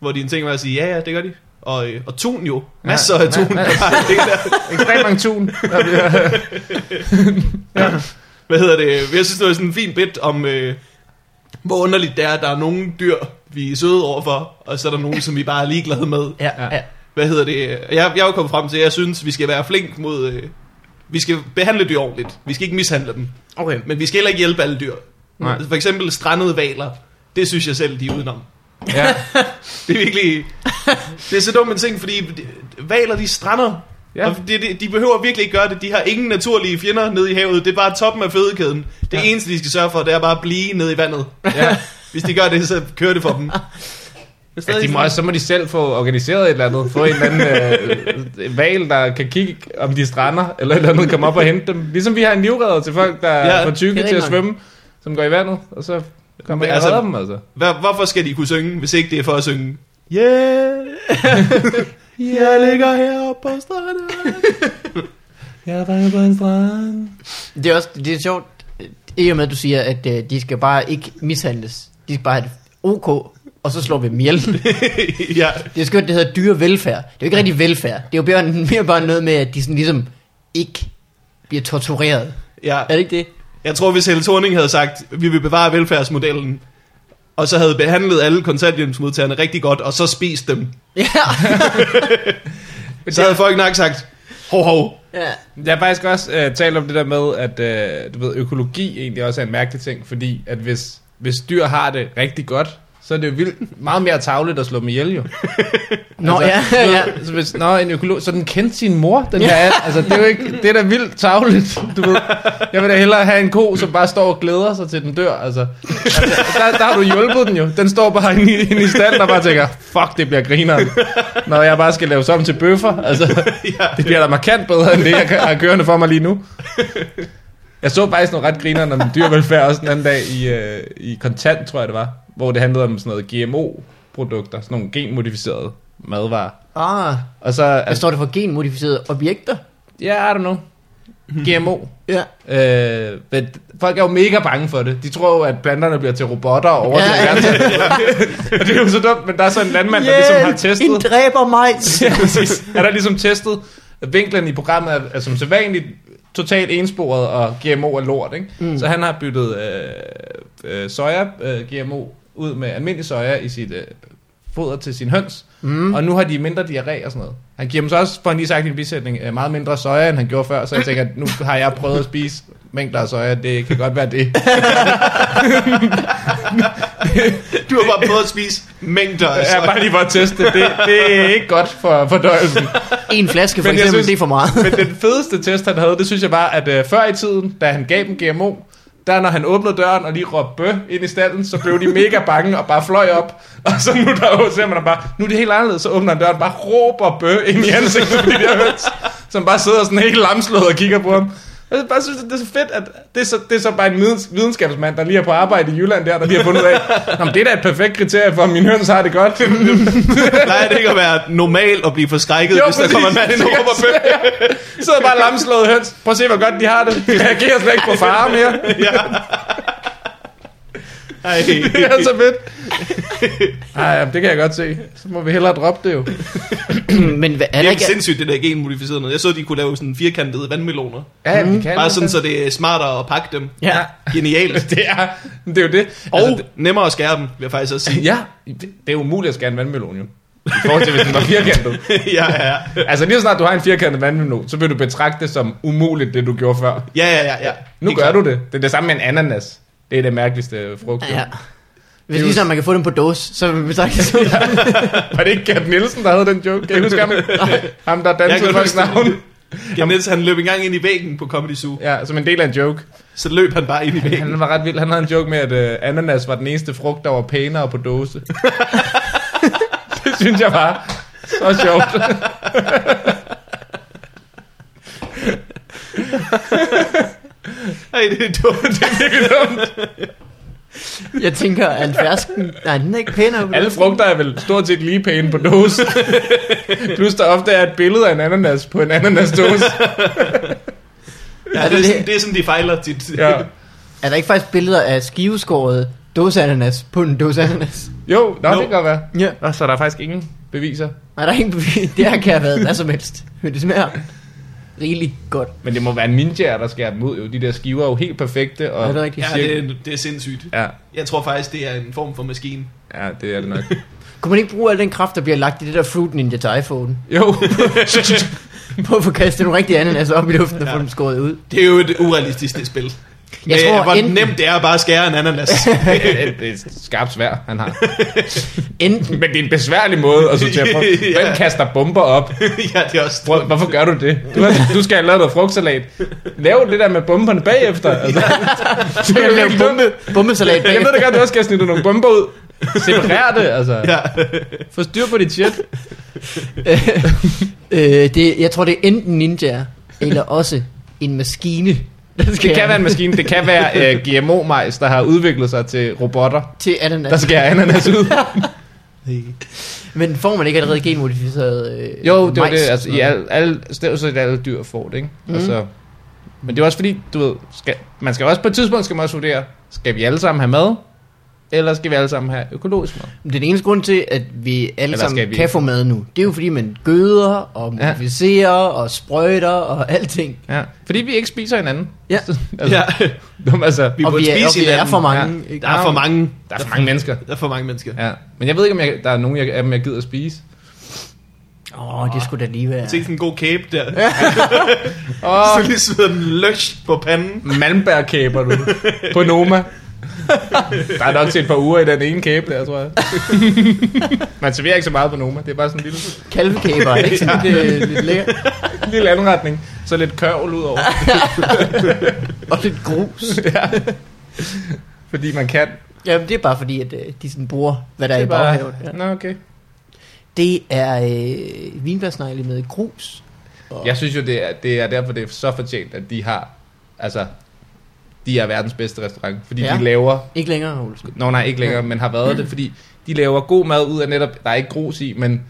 S2: hvor de tænker at sige, ja, ja, det gør de. Og, øh, og tun jo. Masser af tun.
S3: ja,
S2: Ja,
S3: ja.
S2: ja.
S3: Ekstremt mange tun. Der bliver-
S2: Hvad hedder det? Jeg synes, det var sådan en fin bit om, øh, hvor underligt det er, at der er nogle dyr, vi er søde overfor, og så er der nogle, som vi bare er ligeglade med.
S1: Ja, ja.
S2: hvad hedder det, jeg, jeg er jo kommet frem til, at jeg synes, vi skal være flink mod, øh, vi skal behandle dyr ordentligt, vi skal ikke mishandle dem,
S1: Okay.
S2: men vi skal heller ikke hjælpe alle dyr.
S3: Nej.
S2: For eksempel strandede valer, det synes jeg selv, de er udenom.
S3: Ja.
S2: Det er virkelig, det er så dumt en ting, fordi valer, de strander,
S3: Ja.
S2: ja. og det, det, de behøver virkelig ikke gøre det, de har ingen naturlige fjender nede i havet, det er bare toppen af fødekæden. Det ja. eneste, de skal sørge for, det er bare at blive nede i vandet.
S3: ja.
S2: Hvis de gør det, så kører det for dem. Men
S3: Ja,
S2: stadig
S3: de må
S2: sådan-
S3: også, så må de selv få organiseret et eller andet. Få en eller anden øh, val, der kan kigge, om de strander, eller et eller andet, komme op og hente dem. Ligesom vi har en livredder til folk, der
S2: Ja,
S3: ja, er for
S1: det
S3: tykke
S1: er
S3: til at
S1: rigtig nok.
S3: svømme, som går i vandet, og så kommer
S2: Men
S3: jeg altså,
S2: altså-
S3: og redder dem, altså.
S2: Hva- hvorfor skal de kunne synge, hvis ikke det er for at synge? Yeah! jeg ligger heroppe på stranden.
S3: Jeg er bange på en strand.
S1: Det er også det er sjovt, øh, i og med at du siger, at øh, de skal bare ikke mishandles. De skal bare have det ok, og så slår vi dem ihjel.
S2: ja,
S1: Det er skønt, det hedder dyre velfærd. Det er jo ikke rigtig velfærd. Det er jo bare, mere bare noget med, at de sådan ligesom ikke bliver tortureret.
S2: ja.
S1: Er det ikke det?
S2: Jeg tror, hvis Helle Thorning havde sagt, vi vil bevare velfærdsmodellen, og så havde behandlet alle kontanthjælpsmodtagerne rigtig godt, og så spist dem,
S1: Ja.
S2: så havde folk nok sagt, hov, hov.
S1: ja.
S3: Jeg har faktisk også øh, talt om det der med, at øh, du ved, økologi egentlig også er en mærkelig ting, fordi at hvis, hvis dyr har det rigtig godt, så er det jo vildt meget mere tavligt at slå dem ihjel jo.
S1: Nå,
S3: Altså,
S1: ja, ja.
S3: Så, hvis, nå, en økolog, så den kendte sin mor, den der and. Altså, det er jo ikke, det er da vildt tavligt, du ved. Jeg vil da hellere have en ko, som bare står og glæder sig til den dør, altså. altså der, der, har du hjulpet den jo. Den står bare inde i, inde i stand og bare tænker, fuck, det bliver grineren. Når jeg bare skal lave sammen til bøffer, altså. Det bliver da markant bedre, end det, jeg har kørende for mig lige nu. Jeg så faktisk nogle ret griner om dyrevelfærd også den anden dag i, øh, i Kontant, tror jeg det var, hvor det handlede om sådan noget GMO-produkter, sådan nogle genmodificerede madvarer.
S1: Ah,
S3: Og så,
S1: hvad
S3: altså,
S1: står det for genmodificerede objekter?
S3: ja, I don't know, GMO.
S1: Mhm. Ja.
S3: Øh, men folk er jo mega bange for det. De tror jo, at planterne bliver til robotter og overtager
S1: Ja.
S3: verden. Og det er jo så dumt, men der er så en landmand, der ligesom har testet.
S1: en dræber mig.
S3: Ja, præcis. Er der ligesom testet, at vinklen i programmet er, er som sædvanligt totalt ensporet, og GMO er lort, ikke? Mm. Så han har byttet øh, øh, soja, øh, GMO, ud med almindelig soja i sit øh, foder til sin høns, mm. og nu har de mindre diarré og sådan noget. Han giver dem så også, for han lige sagt i en bisætning, øh, meget mindre soja, end han gjorde før, så jeg tænker, at nu har jeg prøvet at spise mængder af soja, det kan godt være det.
S2: Du har bare prøvet at spise mængder altså." af
S3: Jeg er bare lige for at teste det. Det, det er ikke godt for fordøjelsen.
S1: En flaske for
S3: Men jeg
S1: eksempel,
S3: synes-
S1: det er for meget.
S3: Men den fedeste test, han havde, det synes jeg var, at øh, før i tiden, da han gav dem GMO, der når han åbnede døren og lige råbte bø ind i stallen, så blev de mega bange og bare fløj op. Og så nu der jo, ser man bare, nu er det helt anderledes, så åbner han døren bare råber bø ind i ansigtet på de der høns, som bare sidder sådan helt lamslået og kigger på ham. Jeg bare synes, at det er så fedt, at det er så, det er så bare en videns- videnskabsmand, der lige er på arbejde i Jylland der, der lige har fundet ud af, "Nå, men det er da et perfekt kriterie for, om min høns har det godt.
S2: Plejer det ikke at være normalt at blive forskrækket, jo, hvis der
S3: præcis.
S2: kommer en mand ind og råber bøf?
S3: Sidder bare lamslået høns. Prøv at se, hvor godt de har det. De reagerer slet ikke på fare mere.
S2: Ja. Ej,
S3: Det er så fedt. Ej, det kan jeg godt se. Så må vi hellere droppe det jo.
S1: Men hvad, er
S2: det
S1: der
S2: er
S1: ikke...
S2: ikke sindssygt, det der genmodificerede noget. Jeg så, at de kunne lave sådan firkantede vandmeloner.
S3: Ja, mm. kan
S2: Bare sådan, så det er smartere at pakke dem.
S1: Ja.
S2: Genialt.
S3: Det er, det er jo det.
S2: Og
S3: Altså,
S2: nemmere at skære dem, vil jeg faktisk også sige.
S3: det, ja, det, det er umuligt at skære en vandmelon jo. I forhold til, hvis den var firkantet.
S2: ja, ja, ja.
S3: Altså lige så snart du har en firkantet vandmelon, så vil du betragte det som umuligt, det du gjorde før.
S2: Ja, ja, ja. ja.
S3: Nu
S2: Det er
S3: gør
S2: klart.
S3: du det. Det er det samme med en ananas. Det er det mærkeligste frugt. jo.
S1: ja. Hvis ligesom man kan få dem på dåse, så vil vi betragte det som...
S3: Var det ikke Gert Nielsen, der havde den joke? Kan I huske ham? ham, der
S2: Jeg kan
S3: dansede
S2: godt
S3: folks
S2: huske det.
S3: navn.
S2: Jamen, Niels, han løb engang ind i væggen på Comedy Zoo.
S3: Ja, som en del af en joke.
S2: Så løb han bare ind i væggen.
S3: Han var ret vild. Han havde en joke med, at øh, ananas var den eneste frugt, der var pænere på dåse. det synes jeg var så sjovt.
S2: Ej, det er dumt.
S1: Jeg tænker, at fersken... Nej, den er ikke pænere.
S3: Alle frugter er vel stort set lige pæne på dåse. Plus der ofte er et billede af en ananas på en ananasdåse.
S2: Ja,
S1: Er
S2: det, er
S1: det-
S2: sådan, det er sådan, de fejler dit...
S3: Ja.
S1: Er der ikke faktisk billeder af skiveskåret dåseananas på en dåseananas?
S3: Jo, nå, no.
S2: Jo.
S3: det kan godt være.
S1: Ja.
S3: Nå, så der er faktisk ingen beviser.
S1: Nej, der er ingen bevis. Det her kan have været hvad som helst. Men det smager rigeligt godt.
S3: Men det må være ninjaer, der skærer dem ud. Jo. De der skiver er jo helt perfekte. Og
S1: Ja, det er rigtigt.
S2: Ja, det, er- det er sindssygt.
S3: ja,
S2: Jeg tror faktisk, det er en form for maskine.
S3: ja, det er det nok.
S1: Kunne man ikke bruge al den kraft, der bliver lagt i det der Fruit Ninja til iPhone?
S3: Jo,
S1: På at få kastet nogle rigtige ananas op i luften og få
S2: Ja.
S1: dem skåret ud.
S2: Det er jo et urealistisk det spil.
S1: Jeg
S2: Jeg tror,
S1: tror,
S2: hvor
S1: enten-
S2: nemt det er at bare skære en ananas.
S3: det er et skarpt svær, han har.
S1: Enten
S3: Men det er en besværlig måde at sortere frugt.
S2: Ja.
S3: Hvem kaster bomber op?
S2: ja, det er også...
S3: Prøv, hvorfor gør du det? Du, har, du skal have lavet noget frugtsalat. Lav det der med bomberne bagefter. Altså,
S1: så kan
S3: er
S1: du lave
S3: virkelig
S1: bombe, bombesalat
S3: jeg ved
S1: bag.
S3: da godt, du også skal snitte nogle bomber ud. Separer det, altså.
S2: Ja.
S3: Få styr på dit shit.
S1: Øh, det, jeg tror, det er enten ninja, eller også en maskine. Der skal
S3: Det kan være en maskine. Det kan være uh, GMO-majs, der har udviklet sig til robotter,
S1: til
S3: der
S1: ananas.
S3: skal have ananas ud.
S1: Men får man ikke allerede genmodificeret øh,
S3: Jo, det var
S1: majs?
S3: det. Altså, i alle, alle, stort set alle dyr får det, ikke? Mm. Altså, men det er også fordi, du ved, skal, man skal også på et tidspunkt skal man også vurdere, skal vi alle sammen have mad, eller skal vi alle sammen have økologisk mad?
S1: Men Den eneste grund til, at vi alle
S3: Eller
S1: sammen
S3: skal vi
S1: vi... kan
S3: ikke?
S1: få mad nu, det er jo fordi, man gøder og
S3: Ja.
S1: modificerer ja. og sprøjter og alting.
S3: Ja. Fordi vi ikke spiser hinanden.
S1: Ja.
S3: altså,
S2: ja.
S3: ja. altså,
S2: Vi
S1: Og
S2: burde
S1: vi, er,
S2: spise
S1: og vi er
S2: hinanden.
S1: for mange. Ja.
S2: Der er for mange.
S3: der er for mange mennesker.
S2: Der er for mange mennesker.
S3: Ja. Men jeg ved ikke, om jeg, der er nogen jeg, af dem, jeg gider at spise.
S1: Åh, oh, det skulle da lige være.
S2: Se sådan en god kæbe der.
S3: Åh,
S2: Så lige sidder den løs på panden.
S3: malmbærkæber, du. På Noma. Der er nok til et par uger i den ene kæbe der, tror jeg. Man serverer ikke så meget på Noma. Det er bare sådan en lille,
S1: Kalvekæber, er det ikke sådan lidt, øh, lidt lækkert?
S3: lille anretning. Så lidt kørvel ud over.
S1: Og lidt grus.
S3: Fordi man kan.
S1: Jamen, det er bare fordi, at øh, de sådan bruger, hvad der er,
S3: Det
S1: i
S3: er bare...
S1: baghaven. Ja.
S3: Nå, okay.
S1: Det er øh, vinbærsnegle med grus.
S3: Jeg synes jo, det er, det er derfor, det er så fortjent, at de har... Altså, de er verdens bedste restaurant. Fordi
S1: Ja.
S3: ja. de laver
S1: Ikke længere, Olsen.
S3: Nå nej, ikke længere, men har været det, fordi de laver god mad ud af netop, der er ikke grus i, men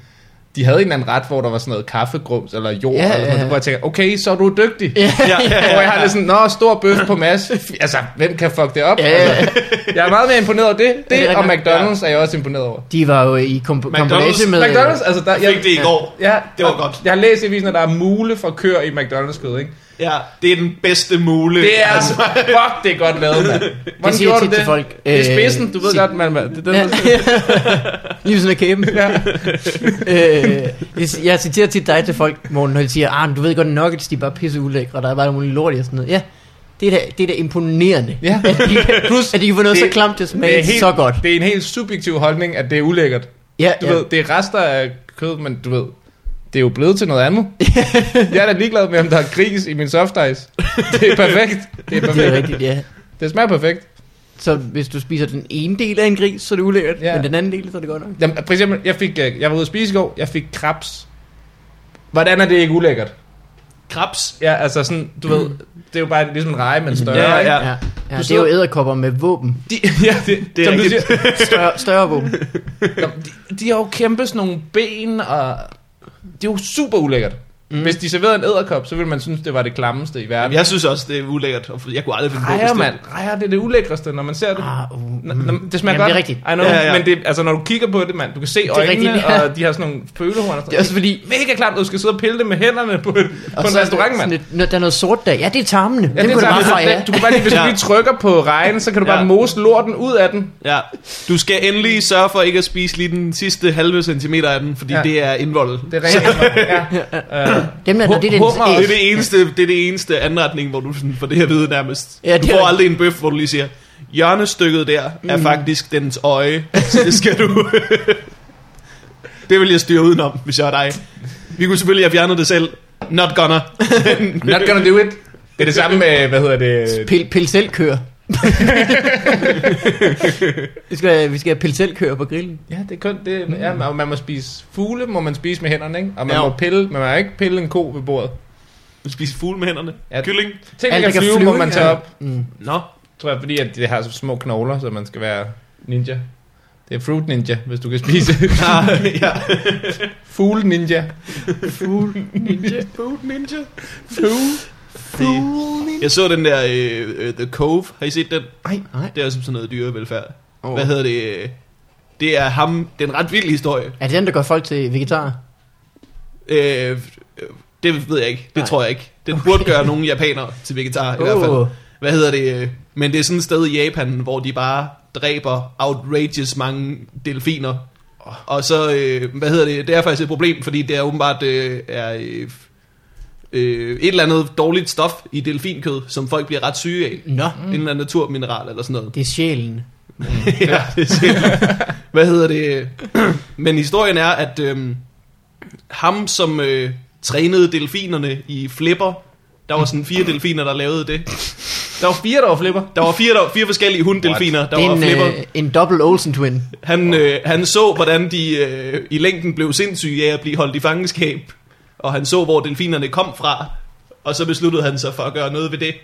S3: de havde en eller anden ret, hvor der var sådan noget kaffegrums eller jord,
S1: Ja,
S3: ja, eller sådan
S1: ja.
S3: noget, hvor jeg tænker, okay, så er du dygtig. Ja.
S2: Ja,
S3: Hvor jeg har det sådan, nå, stor bøf på masse. Altså, hvem kan fuck det op?
S1: Ja, ja.
S3: Altså, jeg er meget mere imponeret over det. Det,
S1: det
S3: det og
S1: rigtigt?
S3: McDonald's er jeg også imponeret over.
S1: De var jo i komp- kombination med...
S3: McDonald's, altså der...
S2: Jeg fik det i går.
S3: Ja,
S2: Det var
S3: og
S2: godt.
S3: Jeg har læst i avisen, at der er mule for køer i McDonald's kød, ikke?
S2: Ja, det er den bedste mule.
S3: Det er altså, fuck, det er godt lavet, mand. Hvordan
S1: siger jeg
S3: gjorde du
S1: tit til
S3: det?
S1: folk.
S3: Det er
S1: Øh,
S3: spidsen, du ved
S1: sig-
S3: godt, man. Det er den,
S1: Ja.
S3: der
S1: Lige sådan en kæben. Ja. øh, jeg- jeg citerer tit dig til folk, Morten, når de siger, ah, men du ved godt, nuggets, de er bare pisse ulækre, og der er bare nogle lort i og sådan noget. Ja, det er da, det er da imponerende,
S3: Ja.
S1: at, de kan, at de kan få noget
S3: det-
S1: så klamt til at
S3: Det
S1: smage
S3: er helt,
S1: så godt.
S3: Det er en helt subjektiv holdning, at det er ulækkert.
S1: Ja,
S3: Du
S1: ja.
S3: ja. ved, det er rester af kød, men du ved, det er jo blevet til noget andet. jeg er da ligeglad med, om der er gris i min soft ice. Det er perfekt. Det, er
S1: det er
S3: perfekt.
S1: rigtigt, ja.
S3: det smager perfekt.
S1: Så hvis du spiser den ene del af en gris, så er det ulækkert,
S3: Ja.
S1: men den anden del, så er det godt nok.
S3: Jamen, for eksempel, jeg, fik, øh, jeg var ude at spise i går, jeg fik krebs. Hvordan er det ikke ulækkert?
S2: Krabs.
S3: Ja, altså sådan, du ved, det er jo bare ligesom en reje, men større.
S2: Ja,
S3: ikke?
S2: ja.
S1: Ja, ja det er jo
S3: sidder-
S1: æderkopper med våben.
S3: De, ja, det,
S2: Det
S3: det er
S2: er
S3: som du
S2: rigtigt.
S3: siger,
S1: Større, større våben.
S3: Nå, de, de har jo kæmpe sådan nogle ben, og det er jo super ulækkert. Mm. Hvis de serverede en æderkop, så ville man synes, det var det klammeste i verden.
S2: Jamen,
S3: Ja,
S2: jeg synes også, det er ulækkert. og Jeg kunne aldrig finde på at
S3: rejer,
S2: bestille.
S3: mand. Rejer, det er det ulækreste, når man ser det.
S1: Ah, uh,
S3: N- n- det smager
S1: Jamen,
S3: godt.
S1: det er rigtigt.
S3: I know,
S2: Ja,
S3: ja,
S2: ja.
S3: ja. Men det, altså, når du kigger på det, mand, du kan se
S1: er
S3: øjnene,
S1: rigtigt, ja.
S3: og de har sådan nogle følehorn. Og sådan.
S1: Det er også fordi...
S3: mega klart, at du skal sidde og pille det med hænderne på, et, på en restaurant, mand.
S1: sådan et- Når der er noget sort der. Ja, det er tarmene. Ja, det,
S3: er
S1: kunne det
S3: klart,
S1: bare
S3: hvis du-
S1: fejre.
S3: Du kan bare lige, hvis du
S2: Ja.
S3: lige trykker på rejen, så kan du bare
S2: Ja.
S3: mose lorten ud af den.
S2: Ja. Du skal endelig sørge for ikke at spise lige den sidste halve centimeter af den, fordi ja.
S3: Ja.
S2: det er indvoldet.
S3: Det er rent. ja. Øh,
S1: Dem der, når det er
S3: Hummer
S1: dens
S2: Det er
S1: æg.
S2: det eneste, det er det eneste anretning, hvor du sådan får det her vide nærmest.
S1: Ja,
S2: Ja,
S1: det
S2: du
S1: er
S2: får
S1: rigtigt.
S2: aldrig en bøf, hvor du lige siger, hjørnestykket der er faktisk dens øje, så det skal du... det vil jeg styre udenom, hvis jeg er dig. Vi kunne selvfølgelig have fjernet det selv. Not gonna.
S3: Not gonna do it. Det er det samme med, hvad hedder det?
S1: Pil, pil selv kører. vi, skal, vi skal have pil selv kører på grillen.
S3: Ja, det er kun det. Ja, man, man må spise fugle, må man spise med hænderne, ikke? Og man
S2: Ja.
S3: ja. må pille, men man må ikke pille en ko ved bordet.
S2: Du spiser fugle med hænderne. Ja.
S3: Ja.
S2: Kylling.
S3: Ting,
S1: Alt,
S3: der kan
S1: der kan
S3: flyve,
S1: flyve,
S3: må man tage
S1: ja.
S3: op.
S2: Nå.
S3: Tror jeg, fordi at det har så små knogler, så man skal være ninja. Det er fruit ninja, hvis du kan spise.
S2: Ah, ja.
S3: Fugle ninja.
S2: Food ninja.
S3: Fugle.
S2: Det. Jeg så den der øh, øh, The Cove. Har I set den?
S1: Nej, nej.
S2: Det er også sådan noget dyrevelfærd.
S1: Åh.
S2: Hvad hedder det? øh, Det er ham. Det er en ret vild historie.
S1: Er det den, der gør folk til vegetarer?
S2: Øh, øh, det ved jeg ikke. Det
S1: Nej.
S2: Nej. tror jeg ikke. Den okay. burde gøre nogle japanere til vegetar i hvert fald.
S1: Åh.
S2: Hvad hedder det? øh, Men det er sådan et sted i Japan, hvor de bare dræber outrageous mange delfiner. Og så, øh, hvad hedder det? Det er faktisk et problem, fordi det er åbenbart øh, er, øh, øh, et eller andet dårligt stof i delfinkød, som folk bliver ret syge af.
S1: Nå,
S2: Mm. En eller anden naturmineral eller sådan noget.
S1: det er sjælen.
S2: ja, det er sindssygt. Hvad hedder det? Men historien er, at øhm, ham, som øh, trænede delfinerne i Flipper, der var sådan fire delfiner, der lavede det.
S3: Der var fire, der var flipper.
S2: Der var fire, der, var fire forskellige hunddelfiner, der
S1: det er
S2: var Flipper.
S1: en, øh, en double Olsen twin.
S2: Han, øh, han så, hvordan de øh, i længden blev sindssyge af at blive holdt i fangenskab. Og han så, hvor delfinerne kom fra. Og så besluttede han sig for at gøre noget ved det.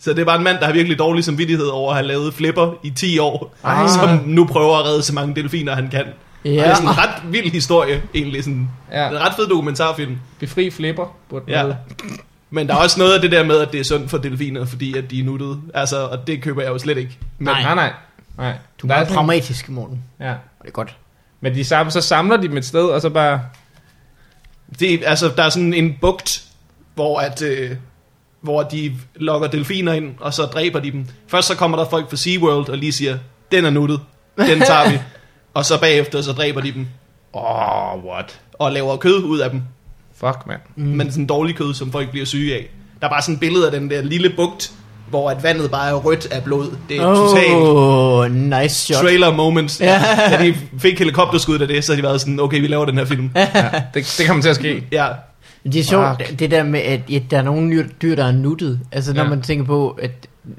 S2: Så det var en mand, der har virkelig dårlig samvittighed over at have lavet flipper i 10 år.
S1: Ej.
S2: Ej. Som nu prøver at redde så mange delfiner, han kan. Ja. Og det er sådan en ret vild historie, egentlig. Sådan, ja.
S3: Ja.
S2: En ret fed dokumentarfim.
S3: Befri flipper, burde
S2: Ja.
S3: ja.
S2: Men der er også noget af det der med, at det er sundt for delfiner, fordi at de er nuttede. Altså, og det køber jeg jo slet ikke. Men
S1: Nej.
S3: Nej, nej. Nej.
S1: Du er
S3: Der
S1: meget
S3: sådan-
S1: pragmatisk, Morten.
S3: Ja.
S1: Det er godt.
S3: Men de sammen, så samler de dem et sted, og så bare...
S2: Det, altså, der er sådan en bugt, hvor, at, øh, hvor de lokker delfiner ind, og så dræber de dem. Først så kommer der folk fra SeaWorld og lige siger, den er nuttet, den tager vi. og så bagefter så dræber de dem,
S3: Åh, oh, what?
S2: og laver kød ud af dem.
S3: Fuck, mand.
S2: Mm. Men sådan dårlig kød, som folk bliver syge af. Der er bare sådan et billede af den der lille bugt, hvor at vandet bare er rødt af blod. Det er oh. totalt
S1: Oh, nice shot.
S2: trailer moments.
S1: Ja.
S2: Ja. Da de fik helikopterskud af det, så har de været sådan, okay, vi laver den her film.
S3: Det, det kommer til at ske.
S2: Ja,
S1: Det er sjovt,
S3: Fuck.
S1: det der med, at ja, der er nogle nye dyr, der er nuttet. Altså, når
S3: Ja.
S1: ja. man tænker på, at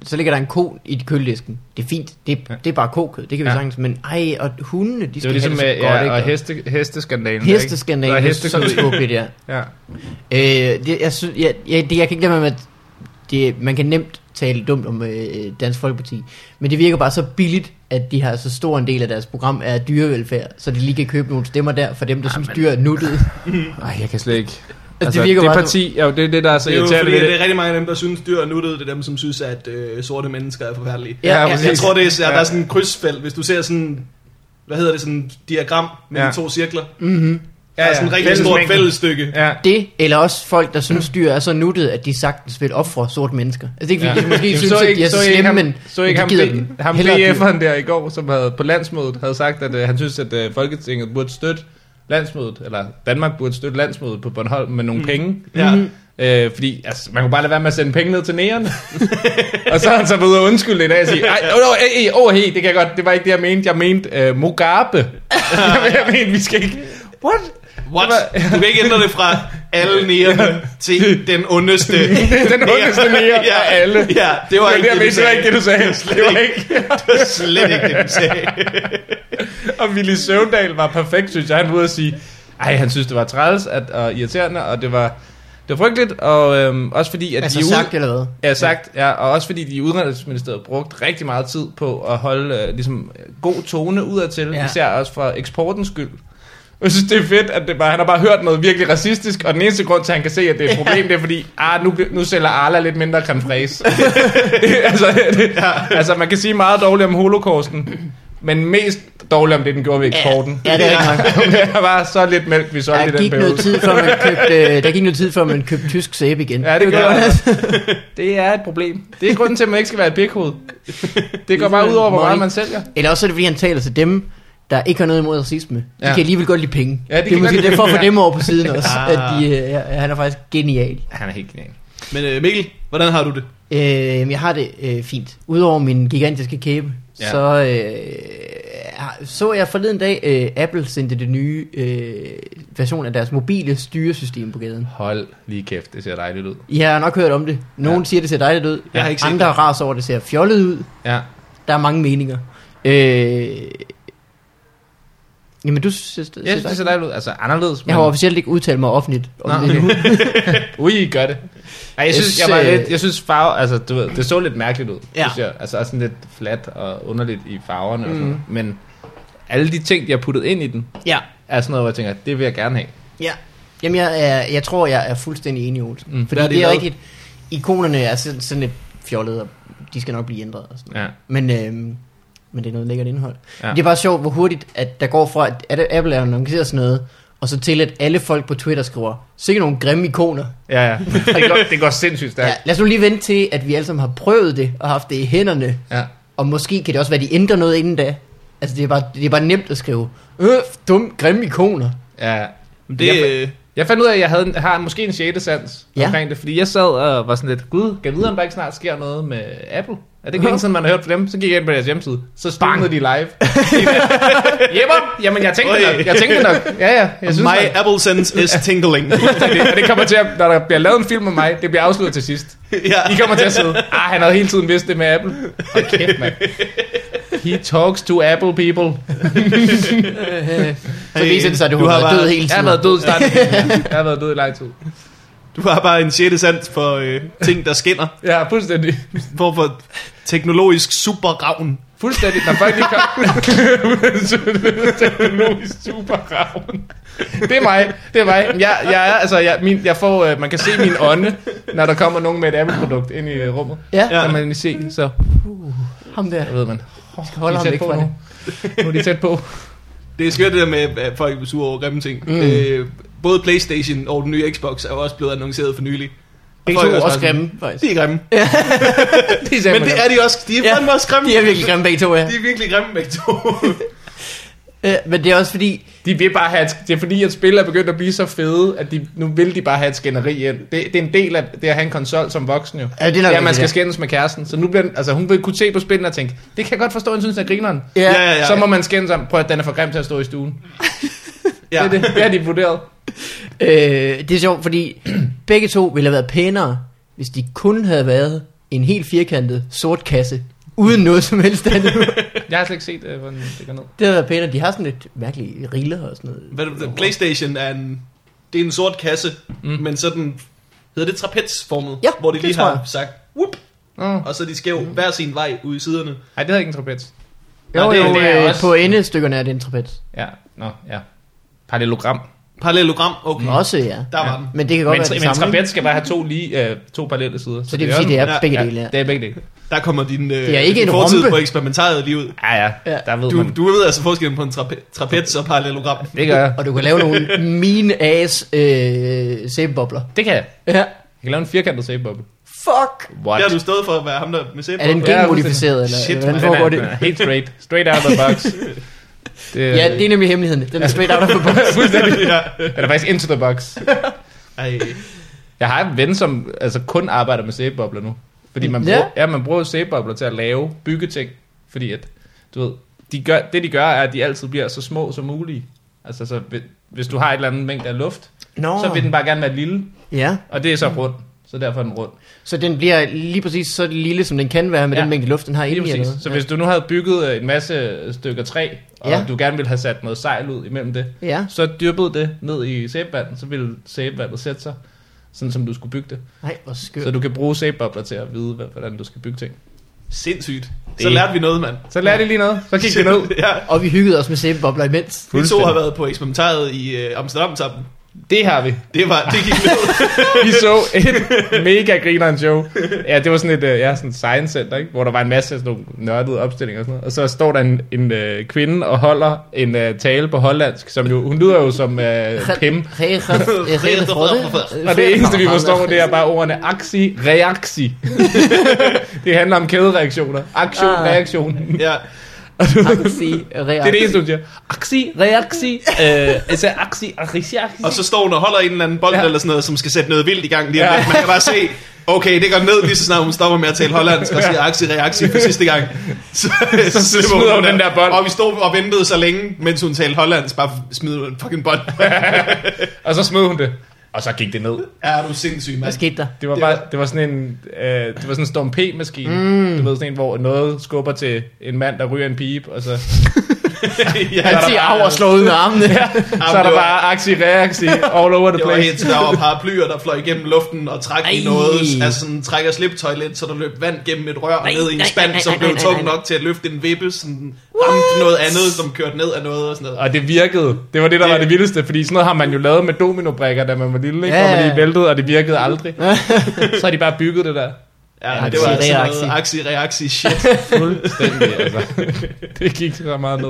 S1: så ligger der en ko i køledisken. Det er fint. Det, ja. det er bare kokød. Det kan vi ja.
S3: Ja.
S1: sagtens. Men ej, og hundene, de
S3: Det var
S1: skal
S3: ligesom
S1: have
S3: med,
S1: det så godt,
S3: ja, og
S1: ikke?
S3: heste, hesteskandalen. der, ikke? Der
S1: Hesteskandalen,
S3: er
S1: det er så
S3: hestekød i.
S1: tåbeligt, ja.
S3: Ja.
S1: Øh, det, jeg, synes, jeg, jeg, det, jeg kan ikke glemme, at det, man kan nemt tale dumt om øh, Dansk Folkeparti, men det virker bare så billigt, at de har så stor en del af deres program af dyrevelfærd, så de lige kan købe nogle stemmer der for dem, der synes, dyr er nuttet.
S3: Ej, jeg kan slet ikke.
S1: det
S3: Altså, det,
S1: virker
S3: det
S1: bare-
S3: parti, ja, det er det, der er så
S2: det er jo
S3: irriterende
S2: fordi,
S3: ved
S2: at det
S3: det.
S2: er rigtig mange af dem, der synes, dyr er nuttede. Det er dem, som synes, at øh, sorte mennesker er forfærdelige.
S1: Ja, ja,
S3: præcis.
S2: Jeg tror, det er, der
S3: Ja.
S2: er sådan en krydsfelt. Hvis du ser sådan, hvad hedder det, sådan en diagram med
S3: Ja.
S2: de to cirkler.
S1: Mm-hmm.
S2: Der er sådan et rigtig stort
S3: Fællesmængden.
S2: fællesstykke.
S3: Ja.
S1: Det, eller også folk, der
S3: Mm.
S1: synes, dyr er så nuttet, at de sagtens vil ofre sorte mennesker. Altså det er ikke, fordi
S3: Ja.
S1: de måske
S3: Jamen,
S1: synes,
S3: så
S1: at de er så,
S3: I
S1: slemme,
S3: ham,
S1: men,
S3: så
S1: men
S3: ikke
S1: de
S3: ham,
S1: gider
S3: B-
S1: dem.
S3: ham
S1: Hellere dyr.
S3: BF'eren der i går, som havde på landsmødet havde sagt, at øh, han synes, at øh, Folketinget burde støtte landsmødet, eller Danmark burde støtte landsmødet på Bornholm med nogle mm. penge.
S2: Ja.
S3: Øh, fordi altså, man kunne bare lade være med at sende penge ned til nægerne. og så har han så været ude og undskylde i dag og sige, ej, oh, oh, hey, oh, hey, det kan jeg godt, det var ikke det, jeg mente. Jeg mente øh, Mugabe. jeg, jeg mente, vi skal ikke... What?
S2: What?
S3: Det
S2: Du kan ikke ændre det fra alle nærerne til den ondeste. Det
S3: Den ondeste næger ja, af alle.
S2: Ja, det var
S3: Men
S2: ikke det,
S3: det, det, var
S2: du sagde.
S3: ikke det, du sagde. Det var ikke.
S2: var slet ikke det, du sagde.
S3: Og Willy Søvndal var perfekt, synes jeg. Han var ude at sige, ej, han synes, det var træls at, og irriterende, og det var, det var frygteligt, og øhm, også fordi, at
S1: Altså
S3: de er ude-
S1: sagt eller hvad?
S3: Ja, sagt, ja, og også fordi de i Udenrigsministeriet brugte rigtig meget tid på at holde øh, ligesom, øh, god tone udadtil, ja.
S1: Ja.
S3: især også for eksportens skyld. Jeg synes, det er fedt, at det bare, han har bare hørt noget virkelig racistisk, og den eneste grund til, at han kan se, at det er et problem, det er fordi, ah, nu, bliver- nu sælger Arla lidt mindre creme fraise. altså, det, altså, man kan sige meget dårligt om holocausten, men mest dårligt om det, den gjorde ved eksporten.
S1: Ja, det er rigtig nok.
S3: der var så lidt mælk, vi solgte i
S1: Der
S3: den
S1: gik, noget
S3: periode.
S1: tid, før man købte, øh, der gik noget tid, før man købte tysk sæbe igen.
S3: Ja, det gør
S1: var-
S3: det. Det er et problem. Det er grunden til, at man ikke skal være et pikhoved. Det går bare ud over, hvor meget man sælger.
S1: Eller også er det, fordi han taler til dem, der ikke har noget imod racisme. De
S3: Ja.
S1: ja. kan alligevel godt lide penge.
S3: Ja, de
S1: det
S3: kan
S1: er måske
S3: godt lide
S1: det for at få
S3: penge,
S1: dem over på siden også.
S2: Ah.
S1: At de, øh, ja, han er faktisk genial.
S3: Han er helt genial.
S2: Men øh, Mikkel, hvordan har du det?
S1: Øh, jeg har det øh, fint. Udover min gigantiske kæbe,
S3: Ja.
S1: ja. så øh, har- så jeg forleden dag, øh, Apple sendte det nye øh, version af deres mobile styresystem på gaden.
S3: Hold lige kæft, det ser dejligt ud.
S1: I har nok hørt om det. Nogen
S3: Ja.
S1: ja. siger, det ser dejligt ud.
S2: Jeg har ikke set
S1: Andre
S2: det.
S1: raser over, at det ser fjollet ud.
S3: Ja.
S1: Der er mange meninger. Øh... Jamen, du synes, det,
S3: Jeg synes, det ser dejligt ud. Altså anderledes.
S1: Jeg har officielt ikke udtalt mig offentligt om
S3: Nå.
S1: det.
S3: Ui, gør det. Ej, jeg, synes, jeg, var
S1: Øh,
S3: lidt, jeg synes farve, altså du ved, det så lidt mærkeligt ud,
S1: Ja.
S3: synes jeg. Altså også sådan lidt flat og underligt i farverne og sådan noget. Men alle de ting, jeg har puttet ind i den,
S1: Ja,
S3: er sådan noget, hvor jeg tænker, det vil jeg gerne have.
S1: ja. Jamen, jeg, er, jeg tror, jeg er fuldstændig enig, Olsen.
S3: Mm.
S1: Mm. Fordi
S3: Hvad er de
S1: det er
S3: lavet?
S1: rigtigt. Ikonerne er sådan, sådan lidt fjollede, og de skal nok blive ændret. Og sådan.
S3: Ja.
S1: Men, øhm, men det er noget lækkert indhold.
S3: Ja.
S1: Ja. Det er bare sjovt, hvor hurtigt at der går fra, at at Apple er normaliseret sådan noget, og så til, at alle folk på Twitter skriver, sikkert nogle grimme ikoner.
S3: Ja, ja. Det går, det går sindssygt
S1: Ja. Ja,
S3: stærkt.
S1: lad os nu lige vente til, at vi alle sammen har prøvet det, og haft det i hænderne,
S3: Ja.
S1: Og måske kan det også være, de ændrer noget inden da. Altså, det er bare, det er bare nemt at skrive. Øh, dum, grimme ikoner.
S3: ja. ja.
S2: Det,
S3: Jeg-
S2: øh,
S3: Jeg fandt ud af, at jeg havde, en- har måske en 6. sans ja.
S1: Ja.
S3: omkring det, fordi jeg sad og var sådan lidt, gud, kan vide, om der ikke snart sker noget med Apple? Er det ikke længe siden, man har hørt fra dem? Så gik jeg ind på deres hjemmeside, så streamede de live. Jebber! Jamen, jeg tænkte det
S2: Oj.
S3: nok, jeg tænkte det nok. Ja, ja, jeg synes
S2: my
S3: nok.
S2: apple sense is tingling.
S3: Det, og det kommer til at, når der bliver lavet en film om mig, det bliver afsluttet til sidst.
S2: ja.
S3: I kommer til at sidde, ah, han havde hele tiden vidst det med Apple. Og kæft, mand. He talks to Apple people.
S1: Så viser det sig, at du,
S2: du
S1: har
S2: har
S1: været
S2: bare-
S1: død hele
S3: Jeg har
S1: tiden.
S3: været død i starten. Jeg har været død i lang tid.
S2: Du har bare en sjette sans for øh, ting, der skinner.
S3: Ja, fuldstændig.
S2: Hvor for teknologisk superravn.
S3: Fuldstændig, når folk lige kom. Teknologisk superravn. Det er mig, det er mig. Jeg, jeg er, altså, jeg, min, jeg får, øh, man kan se min ånde, når der kommer nogen med et Apple-produkt ind i øh, rummet.
S1: Ja,
S3: Ja.
S1: ja,
S3: Kan man lige se, så
S1: ham der.
S3: der ved man. Oh,
S1: holde ham væk fra det.
S3: Nu er de tæt på.
S2: Det er skørt det der med, at folk er sure over grimme ting. Mm. Øh, både Playstation og den nye Xbox er jo også blevet annonceret for nylig.
S1: Begge
S2: Folk
S1: to
S2: er
S1: er også
S2: bare sådan,
S1: grimme, faktisk.
S2: De er grimme.
S3: De sagde,
S2: Men det er de også. De er
S1: Ja.
S2: fandme også grimme.
S1: De er virkelig grimme begge to, ja.
S2: De er virkelig grimme begge to.
S1: Øh, men det er også fordi,
S3: De vil bare have, et- det er fordi, at spil er begyndt at blive så fede, at de, nu vil de bare have et skænderi ind. Det, det er en del af det at have en konsol som voksen jo.
S1: Ja, det er nok
S3: at man
S1: rigtigt,
S3: skal
S1: ja.
S3: skændes med kæresten. Så nu bliver den, altså, hun vil kunne se på spillene og tænke, det kan jeg godt forstå, at hun synes er grineren.
S1: Ja.
S2: Ja, ja, ja.
S3: Så må man skændes om, prøv at den er for grim til at stå i stuen. Ja. Det, er det, det har de vurderet.
S1: øh, det er sjovt, fordi begge to ville have været pænere, hvis de kun havde været en helt firkantet sort kasse, uden noget som helst andet.
S3: Jeg har slet ikke set, øh, hvordan det går ned.
S1: det havde været pænere. De har sådan lidt mærkelige riller og sådan noget.
S2: Hvad er det, det- Playstation er en, det er en sort kasse, mm. men sådan, hedder det trapezformet,
S1: Ja,
S2: hvor de
S1: det
S2: lige
S1: tror
S2: har
S1: jeg. Mm.
S2: sagt, whoop,
S3: Nå.
S2: og så er de skæv hver sin vej ud i siderne.
S3: Ej, det havde ikke en trapez.
S1: Jo,
S3: Nå, det-
S1: jo,
S3: det er
S1: øh,
S3: også-
S1: på endestykkerne er det en trapez.
S3: Ja, nå, ja. Parallelogram.
S2: Parallelogram, okay,
S1: Også, ja.
S2: der var
S3: Ja.
S2: den.
S1: Men det kan godt
S3: Men,
S1: være det
S3: men
S1: samme. ikke?
S3: trapez skal bare have to, lige, øh, to parallelle sider.
S1: Så det vil sige, det er
S2: Ja,
S1: begge
S3: ja,
S1: dele, ja.
S3: Det er begge dele.
S2: Der kommer din, øh,
S1: Det er ikke
S2: din
S1: en
S2: fortid
S1: rompe.
S2: på eksperimentariet lige ud.
S3: Ja, ja,
S1: Ja.
S3: ja. der ved
S2: Du,
S3: man.
S2: du ved altså forskellen på en trape, trapez og parallelogram.
S3: Det gør jeg.
S1: Og du kan lave nogle mean ass øh, sæbebobler.
S3: Det kan jeg.
S1: Ja.
S3: Jeg kan lave en firkantet sæbeboble.
S1: Fuck!
S3: What?
S2: Det har du stået for at være ham der med sæbe.
S1: Er den
S3: Ja,
S1: genmodificeret, eller
S2: Shit,
S1: hvordan
S2: mand.
S3: Den
S1: foregår
S3: er,
S1: det?
S3: den er helt straight. Straight out of the box. Det,
S1: Ja, det er nemlig hemmeligheden. Den er straight out of the box.
S3: fuldstændig.
S2: ja.
S3: Eller faktisk into the box.
S2: Ej.
S3: Jeg har en ven, som altså, kun arbejder med sæbebobler nu. Fordi man
S1: Ja.
S3: bruger, ja. man bruger sæbebobler til at lave byggeting. Fordi at, du ved, de gør, det de gør, er, at de altid bliver så små som muligt. Altså, så, hvi- hvis du har et eller andet mængde af luft,
S1: Nå.
S3: oh. så vil den bare gerne være lille.
S1: Ja,
S3: Og det er så rund. Så derfor er den rund.
S1: så den bliver lige præcis så lille, som den kan være med
S3: Ja.
S1: den mængde luft, den har
S3: Lige
S1: inde i. eller
S3: præcis.
S1: noget.
S3: Så hvis du nu havde bygget øh, en masse stykker træ, og
S1: Ja.
S3: ja. du gerne ville have sat noget sejl ud imellem det,
S1: Ja.
S3: så dyppede det ned i sæbevandet, så ville sæbevandet sætte sig, sådan som du skulle bygge det.
S1: Nej, hvor
S3: Så
S1: skørt.
S3: du kan bruge sæbebobler til at vide, hvad- hvordan du skal bygge ting.
S2: Sindssygt. Så
S3: Det-
S2: lærte vi noget, mand.
S3: Så lærte I lige noget, så gik vi ned.
S2: Ja.
S1: Og vi hyggede os med sæbebobler imens.
S2: Vi to
S3: Fuldstændig.
S2: har været på eksperimentariet i øh, Amsterdam-tappen.
S3: Det har vi.
S2: Det, var, det gik ned.
S3: Vi så et mega grineren show. Ja, det var sådan et øh, ja, sådan et science center, ikke? hvor der var en masse sådan nogle nørdede opstillinger og sådan noget. Og så står der en, en øh, kvinde og holder en øh, tale på hollandsk, som jo, hun lyder jo som øh, Pim. Og det eneste, vi forstår, det er bare ordene aksi, reaksi. det handler om kædereaktioner. Aktion,
S1: Ah.
S3: reaktion. Det
S2: ja.
S3: er det eneste, hun siger. Aksi, reaksi, øh, altså aksi, aksi, aksi.
S2: Og så står hun og holder en eller anden bold ja.
S3: Ja.
S2: eller sådan noget, som skal sætte noget vildt i gang lige om
S3: Ja.
S2: lidt. Man kan bare se, okay, det går ned lige så snart hun stopper med at tale hollandsk og siger aktie, reaktie for sidste gang. Så, så, slipper
S3: smider hun den der bold.
S2: Og vi stod og ventede så længe, mens hun talte hollandsk, bare smider en fucking bold.
S3: Og så smed hun det. Og så gik det ned.
S2: Ja, er du sindssyg,
S1: Hvad
S2: mand.
S1: skete der?
S3: Det var, bare, det var sådan en, øh, det var sådan en Storm P-maskine. Mm. Du ved, sådan en, hvor noget skubber til en mand, der ryger en pipe, og så, så
S2: ja,
S1: Han
S2: der
S1: siger,
S2: var-
S1: af og slår ud med armene.
S3: er
S2: det
S3: der
S2: var-
S3: bare aksi, reaksi, all over the
S2: Det var
S3: place.
S2: helt, der var paraplyer, der fløj igennem luften og trak i
S1: Ej.
S2: noget, altså sådan trækker sliptøj lidt, så der løb vand gennem et rør og
S1: Nej,
S2: ned i en
S1: nej,
S2: spand,
S1: nej,
S2: som
S1: nej,
S2: blev
S1: nej,
S2: tung
S1: nej, nej.
S2: nok til at løfte en vippe, sådan ramte noget andet, som kørte ned af noget og sådan noget.
S3: Og det virkede. Det var det, der
S2: Det-
S3: var det vildeste, fordi sådan noget har man jo lavet med dominobrikker, da man var lille, ikke?
S1: Ja,
S3: Ja, Hvor
S1: ja,
S3: man
S1: ja.
S3: lige væltede, og det virkede aldrig. så har de bare bygget det der.
S2: Ja,
S1: Ja,
S2: det var
S1: aktie,
S2: altså
S1: reaktie.
S2: noget aksi-reaksi shit.
S3: Fuldstændig, altså. det gik så meget ned.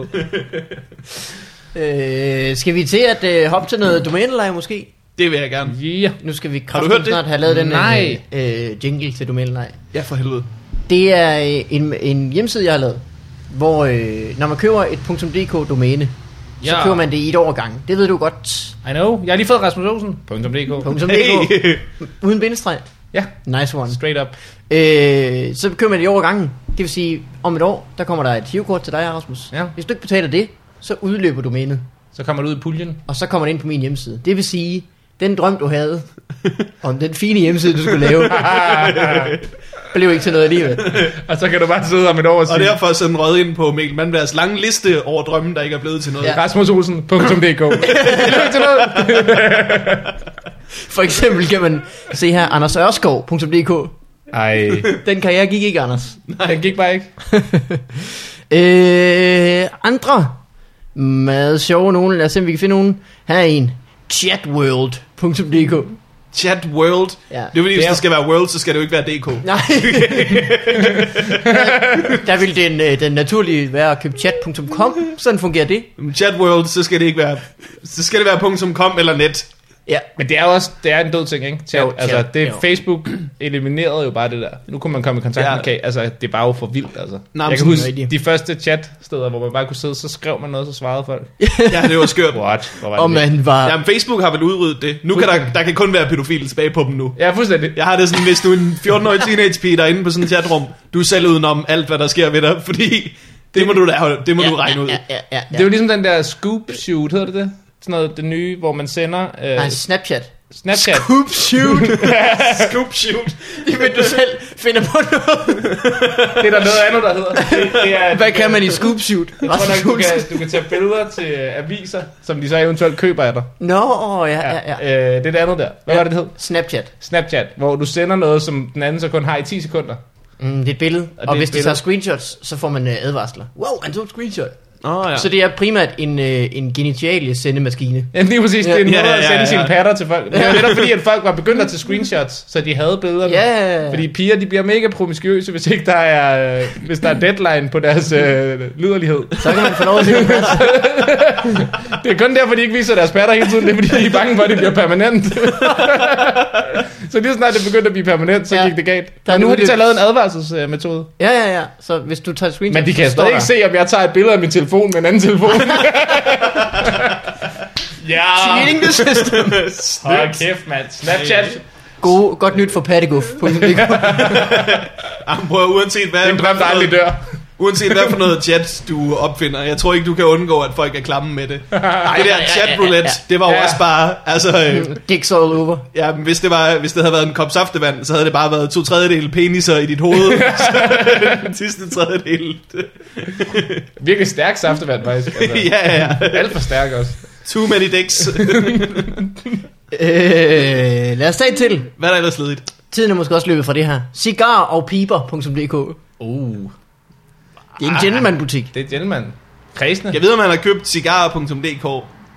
S1: Øh, skal vi til at øh, hoppe til noget domæneleje måske?
S2: Det vil jeg gerne.
S3: Ja.
S1: Nu skal vi
S2: Har du
S1: kraftigt
S2: hørt det?
S1: snart have lavet den
S3: Nej.
S1: Øh, øh, jingle til domæneleje.
S2: Ja, for helvede.
S1: Det er øh, en, en hjemmeside, jeg har lavet, hvor øh, når man køber et .dk domæne, ja. så
S3: Ja.
S1: køber man det i et år gang. Det ved du godt.
S3: I know. Jeg har lige fået Rasmus Olsen. .dk.
S1: .dk
S2: Hey.
S1: uden bindestreg.
S3: Ja,
S1: Nice one.
S3: straight up.
S1: Øh, så køber man det i år gangen. Det vil sige, om et år, der kommer der et hivkort til dig, Rasmus.
S3: Ja.
S1: Hvis du ikke betaler det, så udløber domænet.
S3: Så kommer du ud i puljen.
S1: og så kommer det ind på min hjemmeside. Det vil sige, den drøm, du havde om den fine hjemmeside, du skulle lave, blev ikke til noget alligevel.
S3: Og så kan du bare sidde om et år og
S2: Og
S3: sige,
S2: derfor sådan den røget ind på Mikkel Mandbergs lange liste over drømme, der ikke er blevet til noget.
S1: Ja.
S2: Ja.
S3: Rasmus Olsen. .dk. Tillykke til noget.
S1: For eksempel kan man se her, andersørskov.dk.
S3: Ej,
S1: Den karriere gik ikke, Anders.
S3: den gik bare ikke.
S1: øh, andre meget sjove nogen. Lad os se, om vi kan finde nogen. Her er en. Chatworld.dk
S2: Chat World.
S1: Ja.
S2: Det er fordi, hvis
S3: Det er-
S2: det skal være World, så skal det jo ikke være DK.
S1: Nej. der, der ville den, øh, den naturlige være at købe chat.com. Sådan fungerer det.
S2: Chat World, så skal det ikke være... Så skal det være .com eller net.
S1: Ja,
S3: Men det er jo også det er en død ting, ikke? Chat,
S1: Jo,
S3: jo, altså,
S1: chat,
S3: det,
S1: jo.
S3: Facebook eliminerede jo bare det der. Nu kunne man komme i kontakt
S2: Ja.
S3: med Kay. Altså, det var jo for vildt, altså.
S2: men
S3: jeg kan
S2: sådan
S3: huske
S1: rigtigt.
S3: de første chatsteder, hvor man bare kunne sidde, så skrev man noget, så svarede folk.
S2: Ja, det var skørt.
S3: What? Hvor var det
S1: og
S3: vildt.
S1: man var...
S2: Jamen, Facebook har vel udryddet det. Nu kan der, der kan kun være pædofile tilbage på dem
S1: øh,
S2: nu.
S3: Ja, fuldstændig.
S2: Jeg har det sådan, hvis du er en 14-årig teenage-pige, der er inde på sådan en chatrum, du er selv udenom alt, hvad der sker ved dig, fordi det må du, da, det må
S1: ja,
S2: du regne ud.
S1: Ja, ja, ja,
S3: Det
S1: ja.
S3: er
S1: Det
S3: jo ligesom den der scoop shoot, hedder det det? Sådan noget, det nye, hvor man sender øh,
S1: Nej, Snapchat.
S3: Snapchat.
S1: Poop shoot.
S2: Scoop shoot.
S1: Jamen, du selv finder på noget.
S3: Det er der noget andet, der hedder. Det, det er,
S1: Hvad kan man i scoop shoot?
S3: Jeg tror nok, du kan, du kan tage billeder til øh, aviser, som de så eventuelt køber af dig.
S1: Nå, åh, ja, ja, ja.
S3: Øh, det er det andet der. Hvad
S1: Ja.
S3: var det, det hed?
S1: Snapchat.
S3: Snapchat, hvor du sender noget, som den anden så kun har i 10 sekunder.
S1: Mm, det er et billede.
S3: er
S1: Og, og
S3: et
S1: hvis de
S3: billede.
S1: tager screenshots, så får man øh, advarsler. Wow, han tog et screenshot.
S2: Oh, ja.
S1: Ja. Så det er primært en, øh, en genitalie sendemaskine.
S3: Jamen, det er præcis,
S1: Ja.
S3: ja, det er en
S2: Ja,
S3: måde
S2: ja,
S3: at
S2: ja,
S3: sende
S2: ja.
S3: sine patter til folk. Det er jo netop fordi, at folk var begyndt at tage screenshots, så de havde billederne.
S1: Ja.
S3: Fordi piger, de bliver mega promiskuøse, hvis ikke der er, øh, hvis der er deadline på deres øh, lyderlighed.
S1: Så kan man få lov at se det.
S3: Det er kun derfor, de ikke viser deres patter hele tiden. Det er fordi, de er bange for, at det bliver permanent. så lige så snart det begyndte at blive permanent, så
S1: Ja.
S3: ja. gik det galt.
S1: Der er
S3: Men nu
S1: nu
S3: har de
S1: det-
S3: så lavet en advarselsmetode.
S1: Ja, ja, ja. Så hvis du tager screenshots...
S3: Men de kan
S1: så står
S3: stadig
S1: der-
S3: ikke se, om jeg tager et billede af min telefon med en anden telefon. ja.
S1: Cheating the system.
S3: Hold kæft, mand. Snapchat.
S1: Gode, godt nyt for Patteguff.
S2: Jamen, prøv, at- uanset hvad,
S3: Det er en drøm, der aldrig dør.
S2: uanset hvad for noget chat, du opfinder, jeg tror ikke, du kan undgå, at folk er klamme med det. Nej, det der chat roulette, det var jo
S3: Ja.
S2: også bare, altså, øh,
S1: Dicks all over.
S2: Ja, men hvis det, var, hvis det havde været en kop saftevand, så havde det bare været to tredjedele peniser i dit hoved. så den sidste tredjedel.
S3: Virkelig stærk saftevand, faktisk. Altså,
S2: ja, ja, ja.
S3: alt for stærk også.
S2: Too many dicks.
S1: Øh, lad os tage et til.
S2: Hvad er der ellers ledigt?
S1: Tiden er måske også løbet fra det her. Cigar og piber.dk.
S3: Uh.
S1: Det er en gentleman-butik.
S3: Det er gentleman. Kredsende.
S2: Jeg ved, om han har købt cigarer.dk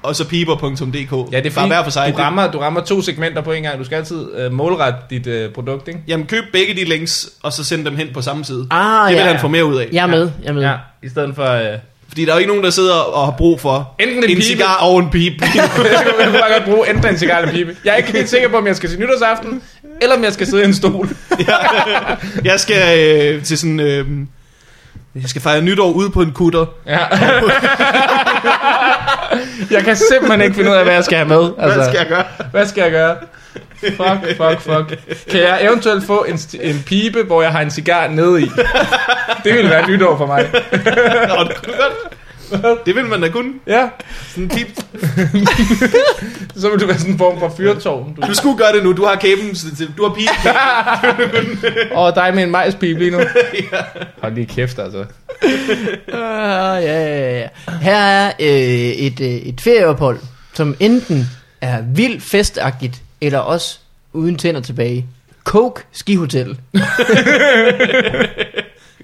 S2: og så piber.dk.
S3: Ja, det er
S2: bare
S3: fordi,
S2: hver for sig.
S3: du, rammer, du rammer to segmenter på en gang. Du skal altid øh, målrette dit øh, produkt, ikke?
S2: Jamen, køb begge de links, og så send dem hen på samme side.
S1: Ah,
S2: det vil
S1: ja.
S2: han få mere ud af.
S1: Jeg er med, jeg er med.
S3: Ja, Mm. i stedet for... Øh,
S2: Fordi der er jo ikke nogen, der sidder og har brug for
S3: Enten en pibe.
S2: cigar og en pipe.
S3: jeg kunne jeg kunne bare godt bruge enten en cigar eller pibe. Jeg er ikke helt sikker på, om jeg skal til nytårsaften, eller om jeg skal sidde i en stol.
S2: jeg skal øh, til sådan... Øh, jeg skal fejre nytår ude på en kutter.
S3: Ja. jeg kan simpelthen ikke finde ud af, hvad jeg skal have med. Altså,
S2: Hvad skal jeg gøre?
S3: hvad skal jeg gøre? Fuck, fuck, fuck. Kan jeg eventuelt få en, sti- en pibe, hvor jeg har en cigar nede i? Det ville være et nytår for mig.
S2: Nå, det kunne godt. Det vil man da kunne.
S3: Ja,
S2: Sådan en pip.
S3: så vil du være sådan en form for fyrtårn. Du
S2: Du skulle gøre det nu. Du har kæben. så- så- Du har pip.
S3: Og dig med en majspibe lige nu. Hold lige kæft, altså.
S1: Ah, ja, ja, ja. Her er øh, et, øh, et ferieophold, som enten er vildt festagtigt, eller også uden tænder tilbage. Coke Skihotel.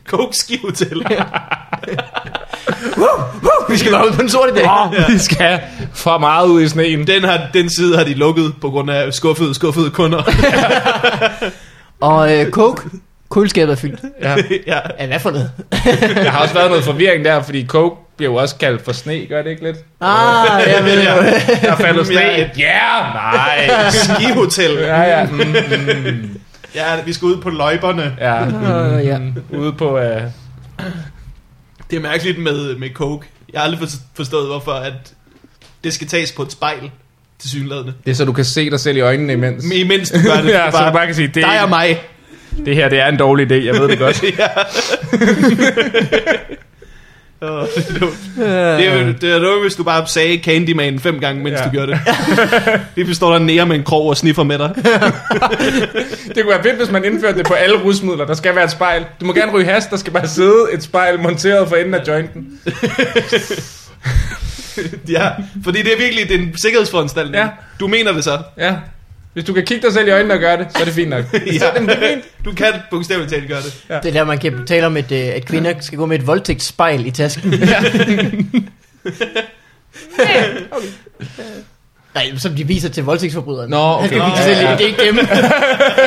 S2: Coke skihotel.
S1: Woo, woo, vi skal bare ud på en sort i dag.
S3: Åh, vi skal for meget ud i sneen.
S2: Den, har, den side har de lukket på grund af skuffede, skuffede kunder.
S1: Og øh, Coke, køleskabet er fyldt.
S3: Ja.
S2: ja.
S1: Ja, hvad for noget?
S3: Der har også været noget forvirring der, fordi coke bliver jo også kaldt for sne, gør det ikke lidt? Øh,
S1: Ah, jeg ved det.
S3: Der er faldet sne.
S2: Ja.
S3: Ja, yeah, nej.
S2: Skihotel.
S3: Ja, ja. Mm,
S2: Ja, vi skal ud på løjberne.
S3: ja.
S1: Uh, ja.
S3: Ude på... Uh...
S2: Det er mærkeligt med, med coke. Jeg har aldrig for- forstået, hvorfor at det skal tages på et spejl til synlædende.
S3: Det er så, du kan se dig selv i øjnene imens.
S2: Imens du gør det.
S3: ja, så du bare kan sige, det,
S2: dig og mig.
S3: det her det er en dårlig idé, jeg ved det godt.
S2: ja. Åh, det er dumt. Det er, jo- det er dumt, hvis du bare sagde Candyman fem gange, mens ja.
S3: Ja.
S2: du gjorde det. Lige pludselig står der en nære med en krog og sniffer med dig.
S3: Det kunne være fedt, hvis man indførte det på alle rusmidler. Der skal være et spejl. Du må gerne ryge has, der skal bare sidde et spejl monteret for enden af jointen.
S2: Ja, fordi det er virkelig det er en sikkerhedsforanstaltning.
S3: Ja.
S2: Du mener det så.
S3: Ja. Hvis du kan kigge dig selv i øjnene og gøre det, så er det fint nok.
S2: Ja.
S3: Så er det fint.
S2: Du kan bogstaveligt talt gøre det.
S1: Det er der, man kan tale om, et, øh, at kvinder skal gå med et voldtægtsspejl i tasken. Ja. Nej, som de viser til voldtægtsforbryderne.
S3: Nå, okay.
S1: Han skal vise
S3: Nå,
S1: sig
S3: ja, ja.
S1: lidt, det er ikke dem.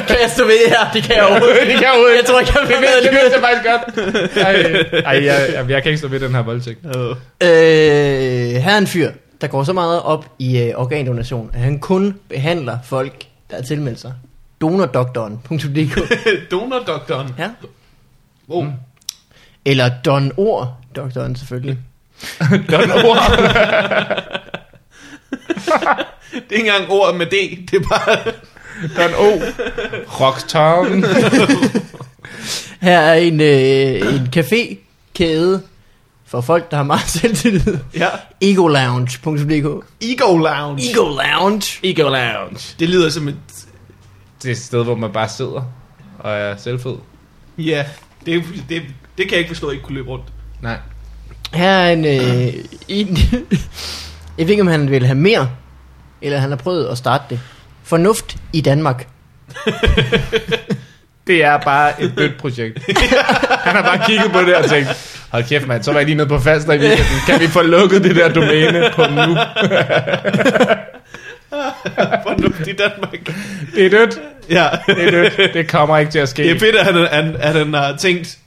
S1: kan jeg stå ved her? Det kan jeg overhovedet
S3: Det kan jeg overhovedet
S1: Jeg tror ikke, jeg vil
S3: ved, det
S1: ved
S3: vidste jeg faktisk godt. Ej, ej jeg, jeg, jeg kan ikke stå ved den her voldtægt.
S2: Oh.
S1: det. Øh, her er en fyr, der går så meget op i øh, organdonation, at han kun behandler folk, der har tilmeldt sig. Donordoktoren.dk
S2: Donordoktoren.
S1: ja.
S2: Wow. Mm.
S1: Eller donord-doktoren selvfølgelig.
S3: Don Ord.
S2: Det er ikke engang ord med D. Det er bare...
S3: Don O. Rocktown.
S1: Her er en, øh, en café-kæde for folk, der har meget selvtillid.
S2: Ja.
S1: Egolounge.dk
S2: Ego Lounge.
S1: Ego Lounge.
S2: Ego Lounge. Det lyder som et...
S3: Det er et sted, hvor man bare sidder og er selvfed.
S2: Ja, det, det, det kan jeg ikke forstå, at I ikke kunne løbe rundt.
S3: Nej.
S1: Her er en... Øh, en jeg ved ikke, om han vil have mere, eller han har prøvet at starte det. Fornuft i Danmark.
S3: Det er bare et dødt projekt. Han har bare kigget på det og tænkt, hold kæft mand, så var jeg lige nede på fast i weekenden. Kan vi få lukket det der domæne på nu?
S2: Fornuft i Danmark.
S3: Det er dødt.
S2: Ja.
S3: Det er dødt. Det kommer ikke til at ske.
S2: Det er fedt, at han, han, at han har tænkt,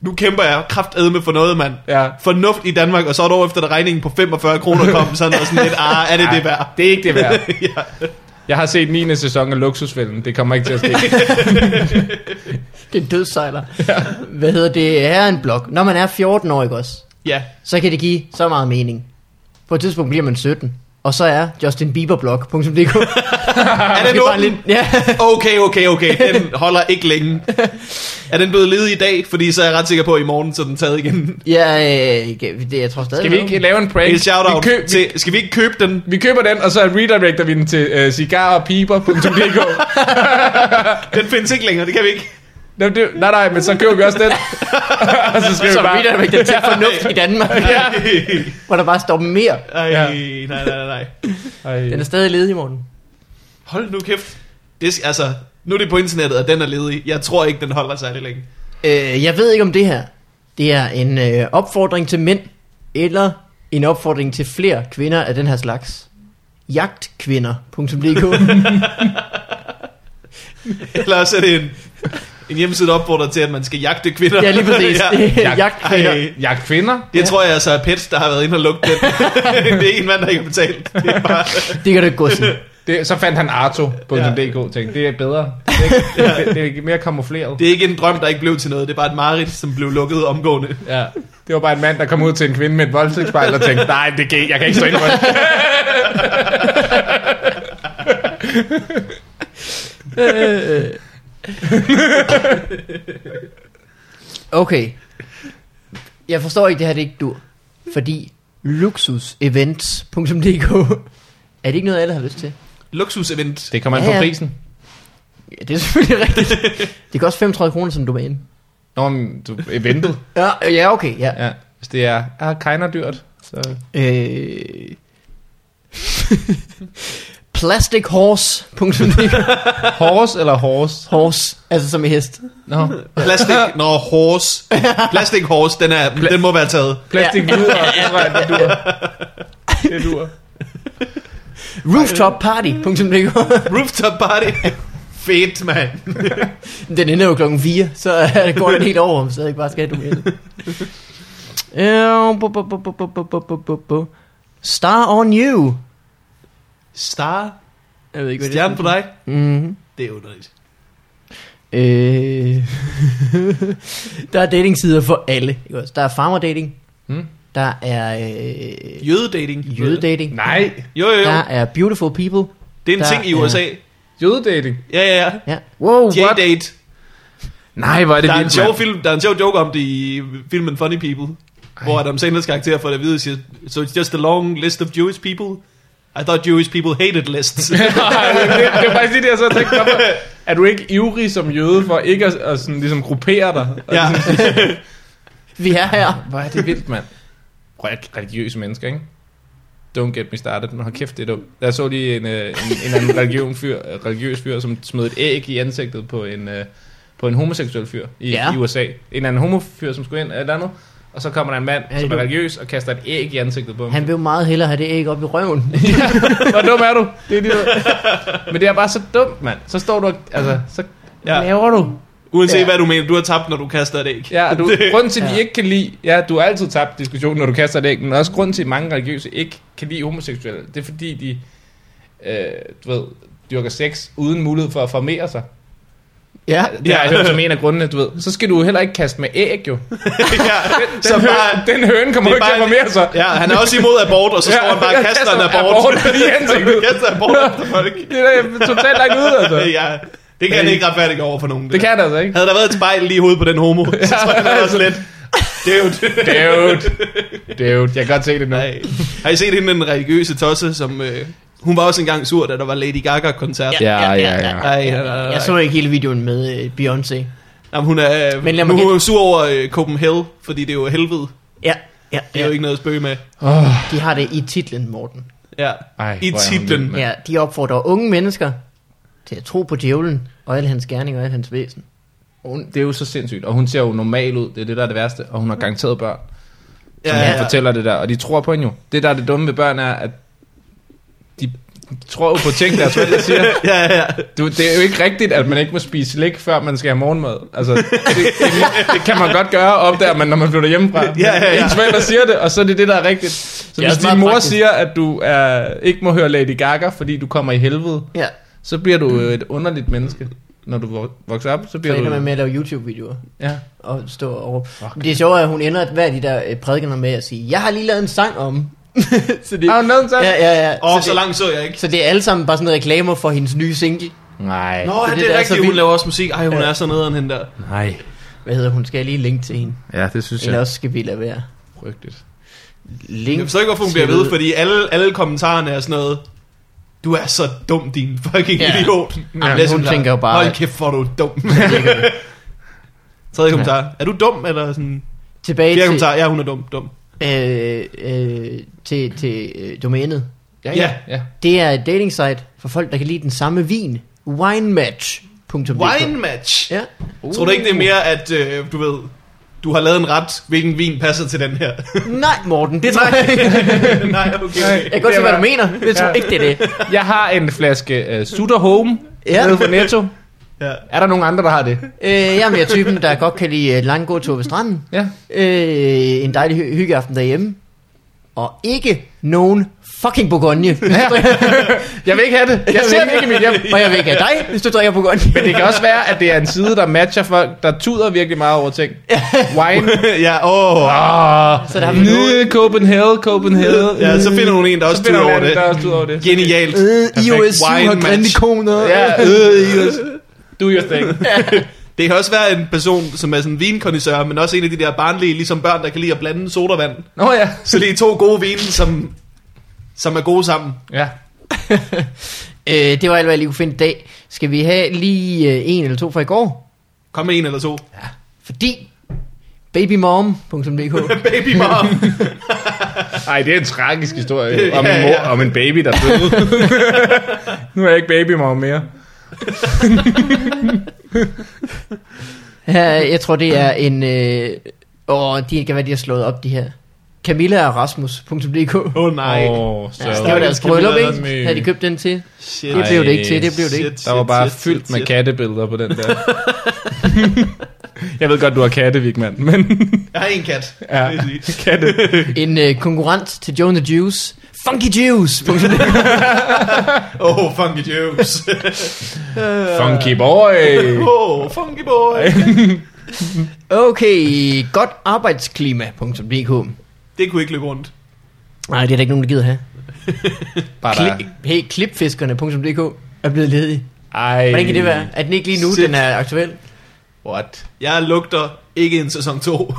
S2: nu kæmper jeg kraftedme for noget, mand.
S3: Ja.
S2: Fornuft i Danmark, og så et år efter, da regningen på 45 kroner kom, så er han var sådan lidt, ah, er det det værd?
S3: Det er ikke det værd.
S2: ja.
S3: Jeg har set 9. sæson af Luksusfælden. Det kommer ikke til at ske.
S1: Det er en dødssejler. Ja. Hvad hedder det? Her er en blog. Når man er 14 år, ikke også?
S2: ja.
S1: så kan det give så meget mening. På et tidspunkt bliver man 17, og så er Justin Bieber blog.dk
S2: Er den åben? Lidt...
S1: Ja,
S2: Okay, okay, okay. Den holder ikke længe. Er den blevet ledig i dag? Fordi så er jeg ret sikker på, at i morgen så er den taget igen.
S1: ja øh, det, jeg tror stadig.
S3: Skal vi ikke lave en prank?
S2: En shout-out
S3: Vi, køb, vi,
S2: til, skal vi ikke købe den?
S3: vi køber den, og så redirecter vi den til uh, cigarerpiber.dk.
S2: Den findes ikke længere, det kan vi ikke.
S3: Nå, det- nej, nej, men så køber vi også den. og så skal
S1: så
S3: vi bare...
S1: vidt er det til fornuft i Danmark,
S2: Ja.
S1: hvor der bare står mere.
S2: Ej,
S3: Ja.
S2: nej, nej, nej, nej.
S1: Den
S3: Ej.
S1: er stadig ledig i morgen.
S2: Hold nu kæft. Det, er- altså, nu er det på internettet, og den er ledig. Jeg tror ikke, den holder særlig længe.
S1: Øh, jeg ved ikke om det her. Det er en øh, opfordring til mænd, eller en opfordring til flere kvinder af den her slags. Jagtkvinder.dk
S2: Eller også er det en, en hjemmeside, der opfordrer til, at man skal jagte kvinder.
S1: Ja, lige præcis.
S3: Jagt-
S1: Jagtkvinder.
S2: Ej.
S3: Jeg kvinder?
S2: Det tror jeg altså er Pet, der har været inde og lukket den. det er en mand, der ikke har betalt. Det er bare...
S1: Det kan du ikke gå til.
S3: Det, så fandt han Arto.dk og tænkte, det er bedre. Det er, ikke, det, det er mere kamufleret.
S2: Det er ikke en drøm, der ikke blev til noget. Det er bare et mareridt, som blev lukket omgående.
S3: Ja. Det var bare en mand, der kom ud til en kvinde med et voldtægtsspejl og tænkte, nej, det gik, jeg kan ikke stå ind for det.
S1: Øh. okay. Jeg forstår ikke, det her det ikke dur. Fordi luksusevents.dk er det ikke noget, alle har lyst til?
S2: Luksusevent.
S3: Det kommer
S1: an på
S3: man på
S1: Ja, ja.
S3: prisen.
S1: Ja, det er selvfølgelig rigtigt. Det koster 35 kroner som domæne.
S3: Nå, men du eventet.
S1: Ja, ja okay, ja.
S3: Ja. Hvis det er, er kejner dyrt, så...
S1: Øh. Plastichorse.dk
S3: Horse eller horse?
S1: Horse, altså som i hest.
S3: Nå.
S2: Plastik, nå, horse. Plastik horse, den, er, den må være taget.
S3: Plastik ja. luder, det dur. Det dur.
S1: Rooftopparty.dk
S2: Rooftop party. Fedt, mand.
S1: Den ender jo klokken 4, så øh, går den helt over, om stadig bare skal du med. Øh, bu- bu- bu- bu- bu- bu- bu- bu- bu- Star on you.
S2: Star.
S1: Jeg ved ikke, hvad
S2: Stjerne på dig.
S1: Mm-hmm.
S2: Det er underligt.
S1: Øh, der er datingsider for alle. Ikke også? Der er farmerdating.
S3: Hmm?
S1: Der er øh,
S2: Jødedating.
S1: jødedating.
S3: Nej.
S2: Jo, jo,
S1: Der
S2: jo.
S1: er beautiful people.
S2: Det er en
S1: der
S2: ting i
S1: er-
S2: USA.
S3: Jødedating.
S2: Ja, ja, ja.
S1: Ja. Wow, what?
S2: J-date.
S3: Nej, hvor er det
S2: Der er, en
S3: vildt,
S2: sjov
S3: mand.
S2: film, der er en sjov joke om det i filmen Funny People, Ej. hvor Adam Sandlers karakter får det at vide, siger, so it's just a long list of Jewish people. I thought Jewish people hated lists.
S3: Nej, men det, det var faktisk lige det, jeg så tænkte. hvorfor Er du ikke ivrig som jøde for ikke at, at sådan, ligesom gruppere dig? Og
S2: ja.
S3: ligesom sige,
S1: Vi er her.
S3: Hvor er det vildt, mand. Prøv at religiøse mennesker, ikke? Don't get me started, men hold kæft, det er dumt. Jeg så lige en, øh, en, en anden religion fyr, øh, religiøs fyr, som smed et æg i ansigtet på en, øh, på en homoseksuel fyr i,
S1: Ja.
S3: ja. i USA. En eller anden homofyr, som skulle ind eller andet, og så kommer der en mand,
S1: det er
S3: som er
S1: dumt.
S3: religiøs, og kaster et æg i ansigtet på ham.
S1: Han vil jo meget hellere have det æg op i røven.
S3: Hvor dum er du? Det er lige noget. Men det er bare så dumt, mand. Så står du og, altså, så
S2: Ja.
S3: ja. laver du
S2: Uanset
S3: Ja.
S2: ja. hvad du mener, du har tabt, når du kaster et æg.
S3: Ja, og du,
S2: Det-
S3: grunden til, at de
S1: Ja.
S3: ikke kan lide... Ja, du har altid tabt diskussionen, når du kaster det æg, men også grunden til, at mange religiøse ikke kan lide homoseksuelle, det er fordi, de øh, du ved, dyrker sex uden mulighed for at formere sig.
S1: Ja.
S3: Det har jeg hørt som en af grundene, du ved. Så skal du heller ikke kaste med æg, jo. Den,
S2: ja. Så
S3: høne,
S2: bare,
S3: den høne kommer
S2: det
S3: jo ikke til
S2: er
S3: at
S2: bare-
S3: formere sig.
S2: ja, han er også imod abort, og så
S3: Ja,
S2: står han bare
S3: jeg
S2: og kaster en
S3: kaster
S2: abort.
S3: abort lige i ansigtet.
S2: kaster abort efter folk.
S3: Det er da totalt langt ud, altså.
S2: Ja, det kan han ikke retfærdigt over for nogen.
S3: Det
S2: der.
S3: kan det altså ikke.
S2: Havde der været et spejl lige i hovedet på den homo, så tror jeg, det var også lidt. Det er jo det.
S3: Dude. Dude, jeg kan godt se det nu.
S2: Nej. Har I set hende, den religiøse tosse, som... Øh, hun var også engang sur, da der var Lady Gaga-koncert. Ja.
S3: Ja, ja, ja.
S2: Ej, nej, nej, nej.
S1: Jeg så ikke hele videoen med øh, Beyoncé.
S2: Jamen, hun er,
S1: Men
S2: Men
S1: lad mig
S2: nu, hun
S1: gætte.
S2: er sur over øh, Copenhagen, fordi det er jo helvede.
S1: Ja, ja,
S2: Det er
S1: ja.
S2: jo ikke noget at spøge med.
S3: Oh,
S1: De har det i titlen, Morten.
S2: Ja.
S3: Ej,
S2: I
S3: hvor er hun vild,
S2: titlen.
S3: mand.
S1: Ja, de opfordrer unge mennesker til at tro på djævlen, og alle hans gerninger og alle hans væsen.
S3: hun, det er jo så sindssygt, og hun ser jo normal ud, det er det, der er det værste, og hun har garanteret børn. som ja,
S2: Ja,
S3: ja.
S2: ja.
S3: fortæller det der, og de tror på hende jo. Det der er det dumme ved børn er, at de tror jo på ting, deres forældre siger.
S2: Ja, ja, ja.
S3: Du, det er jo ikke rigtigt, at man ikke må spise slik, før man skal have morgenmad. Altså, det, det, det kan man godt gøre, opdager man, når man flytter hjemmefra.
S2: ja, ja.
S3: Ens forældre siger det, og så er det det, der er rigtigt. Så
S1: Det er
S3: hvis
S1: også
S3: din
S1: meget
S3: mor
S1: praktisk.
S3: siger, at du er, ikke må høre Lady Gaga, fordi du kommer i helvede,
S1: Ja,
S3: så bliver du jo et underligt menneske. Når du vok- vokser op, så
S1: så
S3: bliver
S1: ender man
S3: du...
S1: med at lave YouTube-videoer.
S3: Ja.
S1: og stå over. Okay. Det er sjovt, at hun ender hver af de der øh, prædikener med at sige, jeg har lige lavet en sang om. så det,
S3: Har hun lavet en sang?
S1: Ja, ja, ja.
S2: Åh, oh,
S1: så,
S2: så
S1: det,
S2: langt så jeg ikke.
S1: så det er alle sammen bare sådan reklamer for hendes nye single.
S3: Nej.
S2: Nå, det,
S1: det,
S2: det,
S1: der er
S2: er
S1: så
S2: rigtigt, hun
S1: vildt.
S2: laver også musik. Ej, hun
S1: Ja.
S2: er så nederen hende der.
S3: Nej.
S1: Hvad hedder hun? Skal jeg lige linke til hende?
S3: Ja, det synes
S1: Eller
S3: jeg er
S1: også skal vi lade være.
S3: frygteligt.
S1: Link
S2: Jeg forstår ikke, hvorfor hun
S1: til-
S2: bliver ved, fordi alle, alle kommentarerne er sådan noget... Du er så dum, din fucking
S1: Ja.
S2: ja. idiot.
S1: men
S2: Læs
S1: hun
S2: kommentaren.
S1: tænker jo bare-
S2: Hold kæft, hvor er du dum. Tredje kommentar. Er du dum, eller sådan...
S1: Tilbage
S2: Fjerde
S1: til,
S2: kommentar. Ja, hun er dum. dum.
S1: øh, øh, til, til øh, domænet.
S2: Ja.
S3: ja.
S1: Det er et dating site for folk, der kan lide den samme vin. Winematch.dk
S2: Wine match.
S1: Ja.
S2: Uh. Tror du ikke, det er mere, at øh, du ved... Du har lavet en ret, hvilken vin passer til den her?
S1: Nej, Morten, det tror jeg ikke.
S2: Nej, okay. okay.
S1: Jeg kan godt se, hvad du mener. men Jeg tror ikke, det er det.
S3: Jeg har en flaske uh, Sutter Home
S1: Ja.
S3: ja. nede fra Netto.
S2: Ja.
S3: Er der nogen andre, der har det?
S1: Øh, jamen, jeg er typen, der godt kan lide øh, lange gåture ved stranden.
S3: Ja.
S1: Øh, en dejlig hy- hyggeaften derhjemme. Og ikke nogen fucking Bourgogne.
S3: ja. Jeg vil ikke have det. Jeg ser det ikke i mit hjem.
S1: Og jeg vil ikke have dig, hvis du drikker Bourgogne.
S3: Men det kan også være, at det er en side, der matcher folk, der tuder virkelig meget over ting. Wine.
S2: ja, åh. Oh.
S3: Ah,
S1: Så der har vi
S3: nye Copenhagen, Copenhagen. Mm.
S2: Ja, så finder hun en, der også
S3: Så finder
S2: tuder
S3: hun
S2: over
S3: en,
S2: det.
S3: der også tuder over det.
S2: Genialt.
S1: Øh,
S2: Perfekt.
S1: iOS 7 har
S2: Wine match.
S1: grandikoner.
S3: Ja, øh, yes. Do your thing.
S2: Det kan også være en person, som er sådan en vinkondisør, men også en af de der barnlige, ligesom børn, der kan lide at blande sodavand.
S3: Nå ja.
S2: Så det er to gode vine, som, som er gode sammen.
S3: Ja.
S1: Øh, det var alt, hvad jeg lige kunne finde i dag. Skal vi have lige øh, en eller to fra i går?
S2: Kom med en eller to.
S1: Fordi babymom.dk
S2: Baby mom.
S3: Ej, det er en tragisk historie. jo. Om
S2: Ja,
S3: en mor,
S2: ja.
S3: om en baby, der døde. nu er jeg ikke babymor mere.
S1: Ja, jeg tror, det er en... Øh, åh, de kan være, de har slået op, de her. Camilla og Rasmus.dk
S2: Åh oh, nej. Oh,
S3: Åh,
S1: Ja, altså, det
S3: så.
S1: var deres
S2: Camilla
S1: bryllup,
S2: og
S1: ikke?
S3: Rasmus.
S1: Havde de købt den til?
S2: shit.
S1: Det blev det ikke
S3: Ej,
S1: til, det blev det ikke.
S2: shit,
S3: Der var
S2: shit,
S3: bare
S2: shit,
S3: fyldt
S2: shit,
S3: med
S2: shit.
S3: kattebilleder på den der. jeg ved godt, du har katte, Vigman, men
S2: Jeg har en kat.
S3: Ja.
S2: vil jeg sige.
S3: katte.
S1: En øh, konkurrent til Joan the Juice. Funky Juice!
S2: Åh, oh, funky juice.
S3: Funky boy.
S2: Åh, oh, funky boy.
S1: Okay, godt arbejdsklima.dk
S2: Det kunne ikke løbe rundt.
S1: Nej, det er der ikke nogen, der gider have.
S3: Bare der.
S1: Kli- hey, klipfiskerne.dk er blevet ledig.
S3: Ej.
S1: Hvordan kan det være? Er den ikke lige nu,
S2: Shit.
S1: den er aktuel?
S3: What?
S2: Jeg lugter ikke en sæson 2.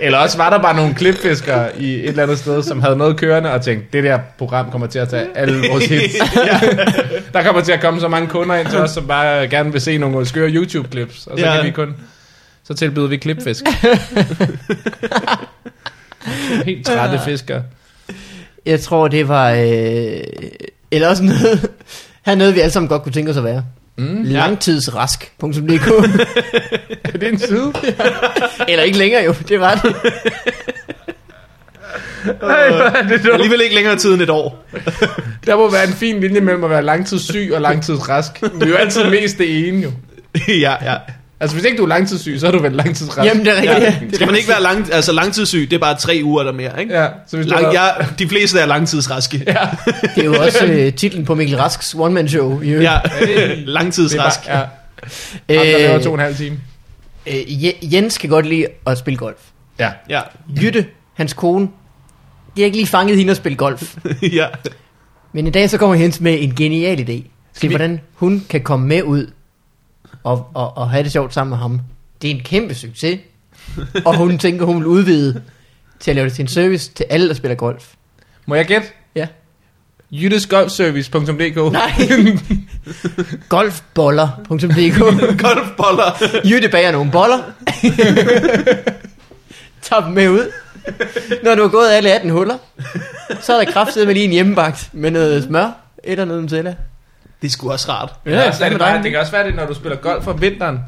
S3: Eller også var der bare nogle klipfiskere i et eller andet sted, som havde noget kørende og tænkte, det der program kommer til at tage alle vores hits. Der kommer til at komme så mange kunder ind til os, som bare gerne vil se nogle skøre YouTube-klips, og så
S2: Ja.
S3: kan vi kun... Så tilbyder vi klipfisk. Helt trætte fiskere.
S1: Jeg tror, det var... Øh, eller også noget... Her noget, vi alle sammen godt kunne tænke os at være. Mm, Langtidsrask.dk
S3: Er det en side?
S1: Eller ikke længere jo, det var det.
S3: Ej, hvor er det dumt.
S2: Alligevel ikke længere tid end et år.
S3: Der må være en fin linje mellem at være langtidssyg og langtidsrask. Det er jo altid mest det ene, jo.
S2: ja, ja.
S3: Altså, hvis ikke du er langtidssyg, så er du vel langtidsret.
S1: Jamen, det er rigtigt. Ja.
S2: ja. Skal man ikke være lang, altså, langtidssyg, det er bare tre uger eller mere, ikke?
S3: Ja, så hvis du
S2: Lang,
S3: har...
S2: jeg, de fleste er langtidsraske. Ja.
S1: Det er jo også øh, titlen på Mikkel Rasks one-man-show. i øvrigt.
S2: ja.
S3: Det er
S2: Langtidsrask.
S3: bare, ja. Ham, der laver to og en halv time.
S1: øh, Je- Jens kan godt lide at spille golf.
S3: Ja.
S2: Ja.
S1: Jytte, hans kone, de har ikke lige fanget hende at spille golf.
S2: ja.
S1: Men i dag så kommer Jens med en genial idé. Til
S2: vi-
S1: hvordan hun kan komme med ud og, og, og have det sjovt sammen med ham. Det er en kæmpe succes. Og hun tænker, hun vil udvide til at lave det til en service til alle, der spiller golf.
S3: Må jeg gætte?
S1: Ja.
S3: jyttesgolfservice.dk
S1: Nej. Golfboller.dk
S2: Golfboller.
S1: Jytte bager nogle boller. Tag dem med ud. Når du har gået alle 18 huller, så er der kraftedet med lige en hjemmebagt med noget smør. Et eller noget Nutella.
S2: Det er sgu også rart.
S3: Ja, ja, så er
S1: sammen
S3: det,
S1: med
S3: bare,
S1: dig.
S3: det kan også være det, når du spiller golf om vinteren.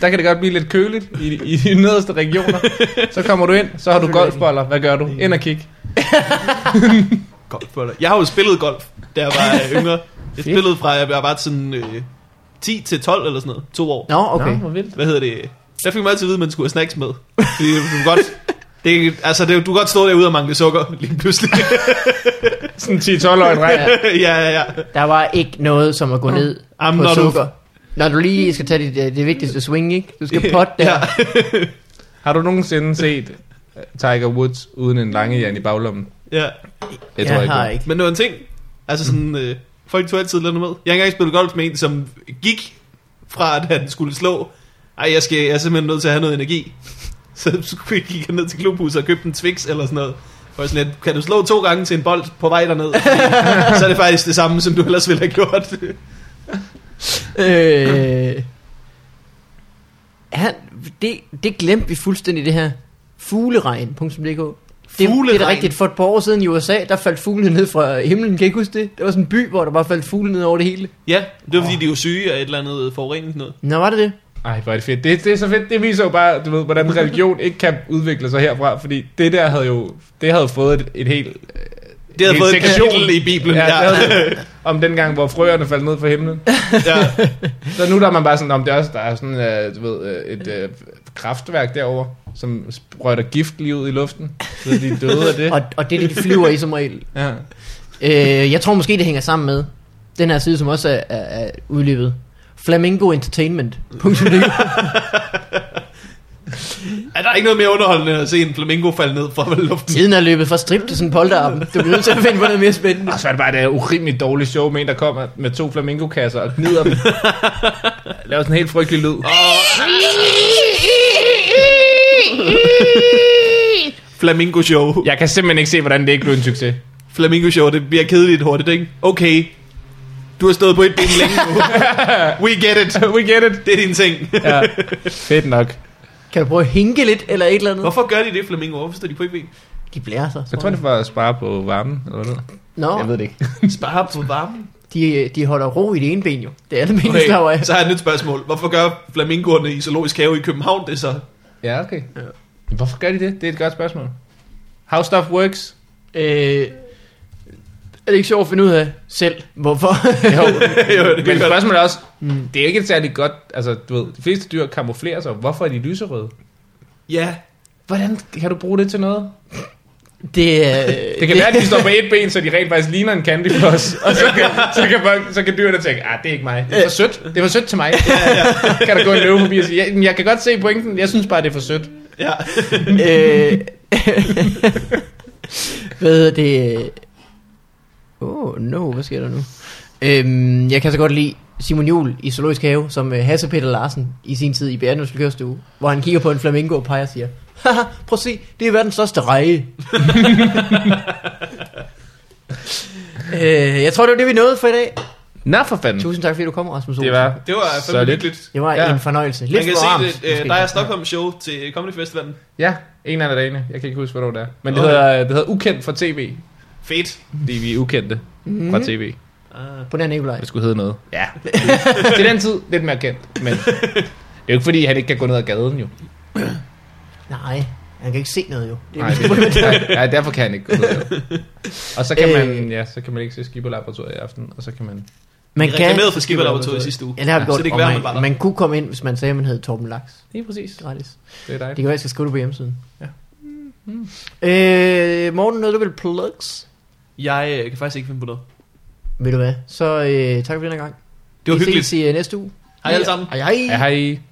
S3: Der kan det godt blive lidt køligt i, i de nederste regioner. Så kommer du ind, så har du golfboller. Hvad gør du? Ind og kig.
S2: Golfboller. Jeg har jo spillet golf, da jeg var øh, yngre. Jeg spillede fra, jeg var bare sådan øh, 10 til 12 eller sådan noget. To år.
S1: Nå, okay.
S3: Nå, hvor vildt.
S2: Hvad hedder det? Der fik man altid at vide, at man skulle have snacks med. Fordi du kan godt... Det, er- altså, det, er- du kan godt stå derude og mangle sukker lige pludselig.
S3: Sådan 10-12-årig dreng.
S2: ja, ja, ja.
S1: Der var ikke noget som at gå ned
S2: Jamen,
S1: på
S2: når du-
S1: sukker. Når du lige skal tage øh, det, det vigtigste swing, ikke? Du skal pot der.
S2: Ja.
S3: Har du nogensinde set øh, Tiger Woods uden en lange i baglommen?
S2: ja.
S3: Jeg
S1: jeg
S3: ikke.
S1: har
S3: det.
S1: ikke.
S2: Men det var en ting. Altså sådan, øh, folk tog altid lidt med. Jeg har engang spillet golf med en, som gik fra, at han skulle slå. Ej, jeg, skal, jeg er simpelthen nødt til at have noget energi. Så skulle jeg gik han ned til klubhuset og købte en Twix eller sådan noget. Og sådan lidt, kan du slå to gange til en bold på vej derned? Fordi så er det faktisk det samme, som du ellers ville have gjort.
S1: Øh, han, det, det glemte vi fuldstændig det her. Fugleregn.dk det, det er da
S2: Fugleregn.
S1: rigtigt. For et par år siden i USA, der faldt fuglene ned fra himlen. Kan I ikke huske det? Der var sådan en by, hvor der bare faldt fugle ned over det hele.
S2: ja, det var fordi, de var syge af et eller andet forurening. Noget.
S1: Nå, var det det?
S3: Ej, hvor er det fedt. Det, det er så fedt. Det viser jo bare, du ved, hvordan religion ikke kan udvikle sig herfra. Fordi det der havde jo, det havde fået et, et helt... øh,
S2: Det havde
S3: helt
S2: fået et
S3: sektion.
S2: kapitel i Bibelen.
S3: Ja,
S2: Ja,
S3: det
S2: ja.
S3: havde, det. om den gang, hvor frøerne faldt ned fra himlen.
S2: ja.
S3: Så nu der er man bare sådan, om det er også, der er sådan, øh, du ved, øh, et øh, kraftværk derover, som sprøjter gift lige ud i luften, så de er døde af det.
S1: Og, og det er det, de flyver i som regel.
S3: Ja.
S1: Øh, jeg tror måske, det hænger sammen med den her side, som også er, er, er udløbet. Flamingoentertainment.dk
S2: Er der ikke noget mere underholdende end at se en flamingo falde ned fra luften?
S1: Tiden er løbet fra strip til sådan en polterappen. Du bliver nødt til at finde på noget mere spændende.
S3: Og så er det bare det urimeligt dårlige show med en, der kommer med to flamingokasser og gnider dem. Laver sådan en helt frygtelig lyd.
S2: Flamingo show.
S3: Jeg kan simpelthen ikke se, hvordan det ikke blev en succes.
S2: Flamingo show, det bliver kedeligt hurtigt, ikke? Okay. Du har stået på et ben længe nu. We get it.
S3: We get it.
S2: Det er din ting.
S3: Ja. Fedt nok.
S1: Kan du prøve at hinke lidt eller et eller andet?
S2: Hvorfor gør de det, flamingo? Hvorfor står de på et ben?
S1: De blærer sig.
S3: Jeg tror, det var at spare på varmen. Eller hvad?
S1: Nå,
S3: Jeg ved det ikke.
S2: Spare på varmen.
S1: de, de holder ro i det ene ben jo. Det er andet ben, okay. slapper
S2: Okay,
S1: af.
S2: så har jeg et nyt spørgsmål. Hvorfor gør flamingoerne i zoologisk have i København det så?
S3: Ja, okay. Hvorfor gør de det? Det er et godt spørgsmål. How stuff works.
S1: Øh, er det ikke sjovt at finde ud af selv, hvorfor?
S3: Jo,
S2: jo, det
S3: Men
S2: kan godt.
S3: spørgsmålet er også, det er jo ikke et særligt godt, altså du ved, de fleste dyr kamuflerer sig, hvorfor er de lyserøde?
S2: Ja.
S3: Hvordan kan du bruge det til noget?
S1: det, er,
S3: Det kan være, at de står på et ben, så de rent faktisk ligner en candy floss, og så kan, så kan, folk, så kan dyrene tænke, ah, det er ikke mig, det er for sødt, det er for sødt til mig. Kan der gå en løve forbi og sige, jeg, jeg kan godt se pointen, jeg synes bare, det er for sødt.
S2: ja.
S1: Øh, hvad hedder det? Åh, oh, no, hvad sker der nu? Øhm, jeg kan så godt lide Simon Jul i Zoologisk Have, som øh, Hasse Peter Larsen i sin tid i Bjergnøds Kørestue, hvor han kigger på en flamingo og peger og siger, Haha, prøv at se, det er verdens største reje. øh, jeg tror, det var det, vi nåede for i dag.
S3: Nå for fanden,
S1: Tusind tak, fordi du kom, Rasmus
S3: det
S1: Olsen.
S3: var
S2: Mm. Det var
S3: så
S2: fandme
S3: lidt.
S2: hyggeligt.
S1: det var
S3: Ja.
S1: en fornøjelse. Lidt
S2: Man kan
S1: for
S2: se
S1: varmt,
S2: det, øh,
S1: måske.
S2: der er Stockholm show til Comedy Festivalen.
S3: Ja, en af dagene, jeg kan ikke huske, hvornår det er. Men det
S2: Okay.
S3: hedder, det hedder ukendt fra tv,
S2: Fedt.
S3: fordi vi er ukendte fra tv.
S2: Ah.
S1: Mhm. På den her Nikolaj.
S3: Det skulle hedde noget. Ja. Til den tid, lidt mere kendt. Men det er jo ikke fordi, han ikke kan gå ned ad gaden jo.
S1: Nej, han kan ikke se noget jo. Det er
S3: Nej, det, nej, nej, derfor kan han ikke gå ned ad gaden. Og så kan
S1: Øh.
S3: man, ja, så kan man ikke se Skipper Laboratoriet i aften, og så kan man
S1: Man
S2: Vi reklamerede for Skipper i sidste uge.
S1: Ja, det har vi
S2: Ja,
S1: gjort.
S2: så det kan
S1: Og
S2: være,
S1: man,
S2: man var der.
S1: man kunne komme ind, hvis man sagde, at man hed Torben Laks.
S3: Lige præcis.
S1: Gratis.
S3: Det er
S1: Det
S3: dejligt.
S1: kan være, jeg skal skrive det på hjemmesiden. Mm-hmm.
S3: Ja.
S1: Øh, Morten, noget du vil plugs?
S2: Jeg øh, kan faktisk ikke finde på noget.
S1: Ved du hvad? Så øh, tak for den her gang.
S2: Det var
S1: vi
S2: hyggeligt.
S1: ses i øh, næste uge.
S2: Hej alle sammen.
S1: Hej hej.
S3: Ja, hej.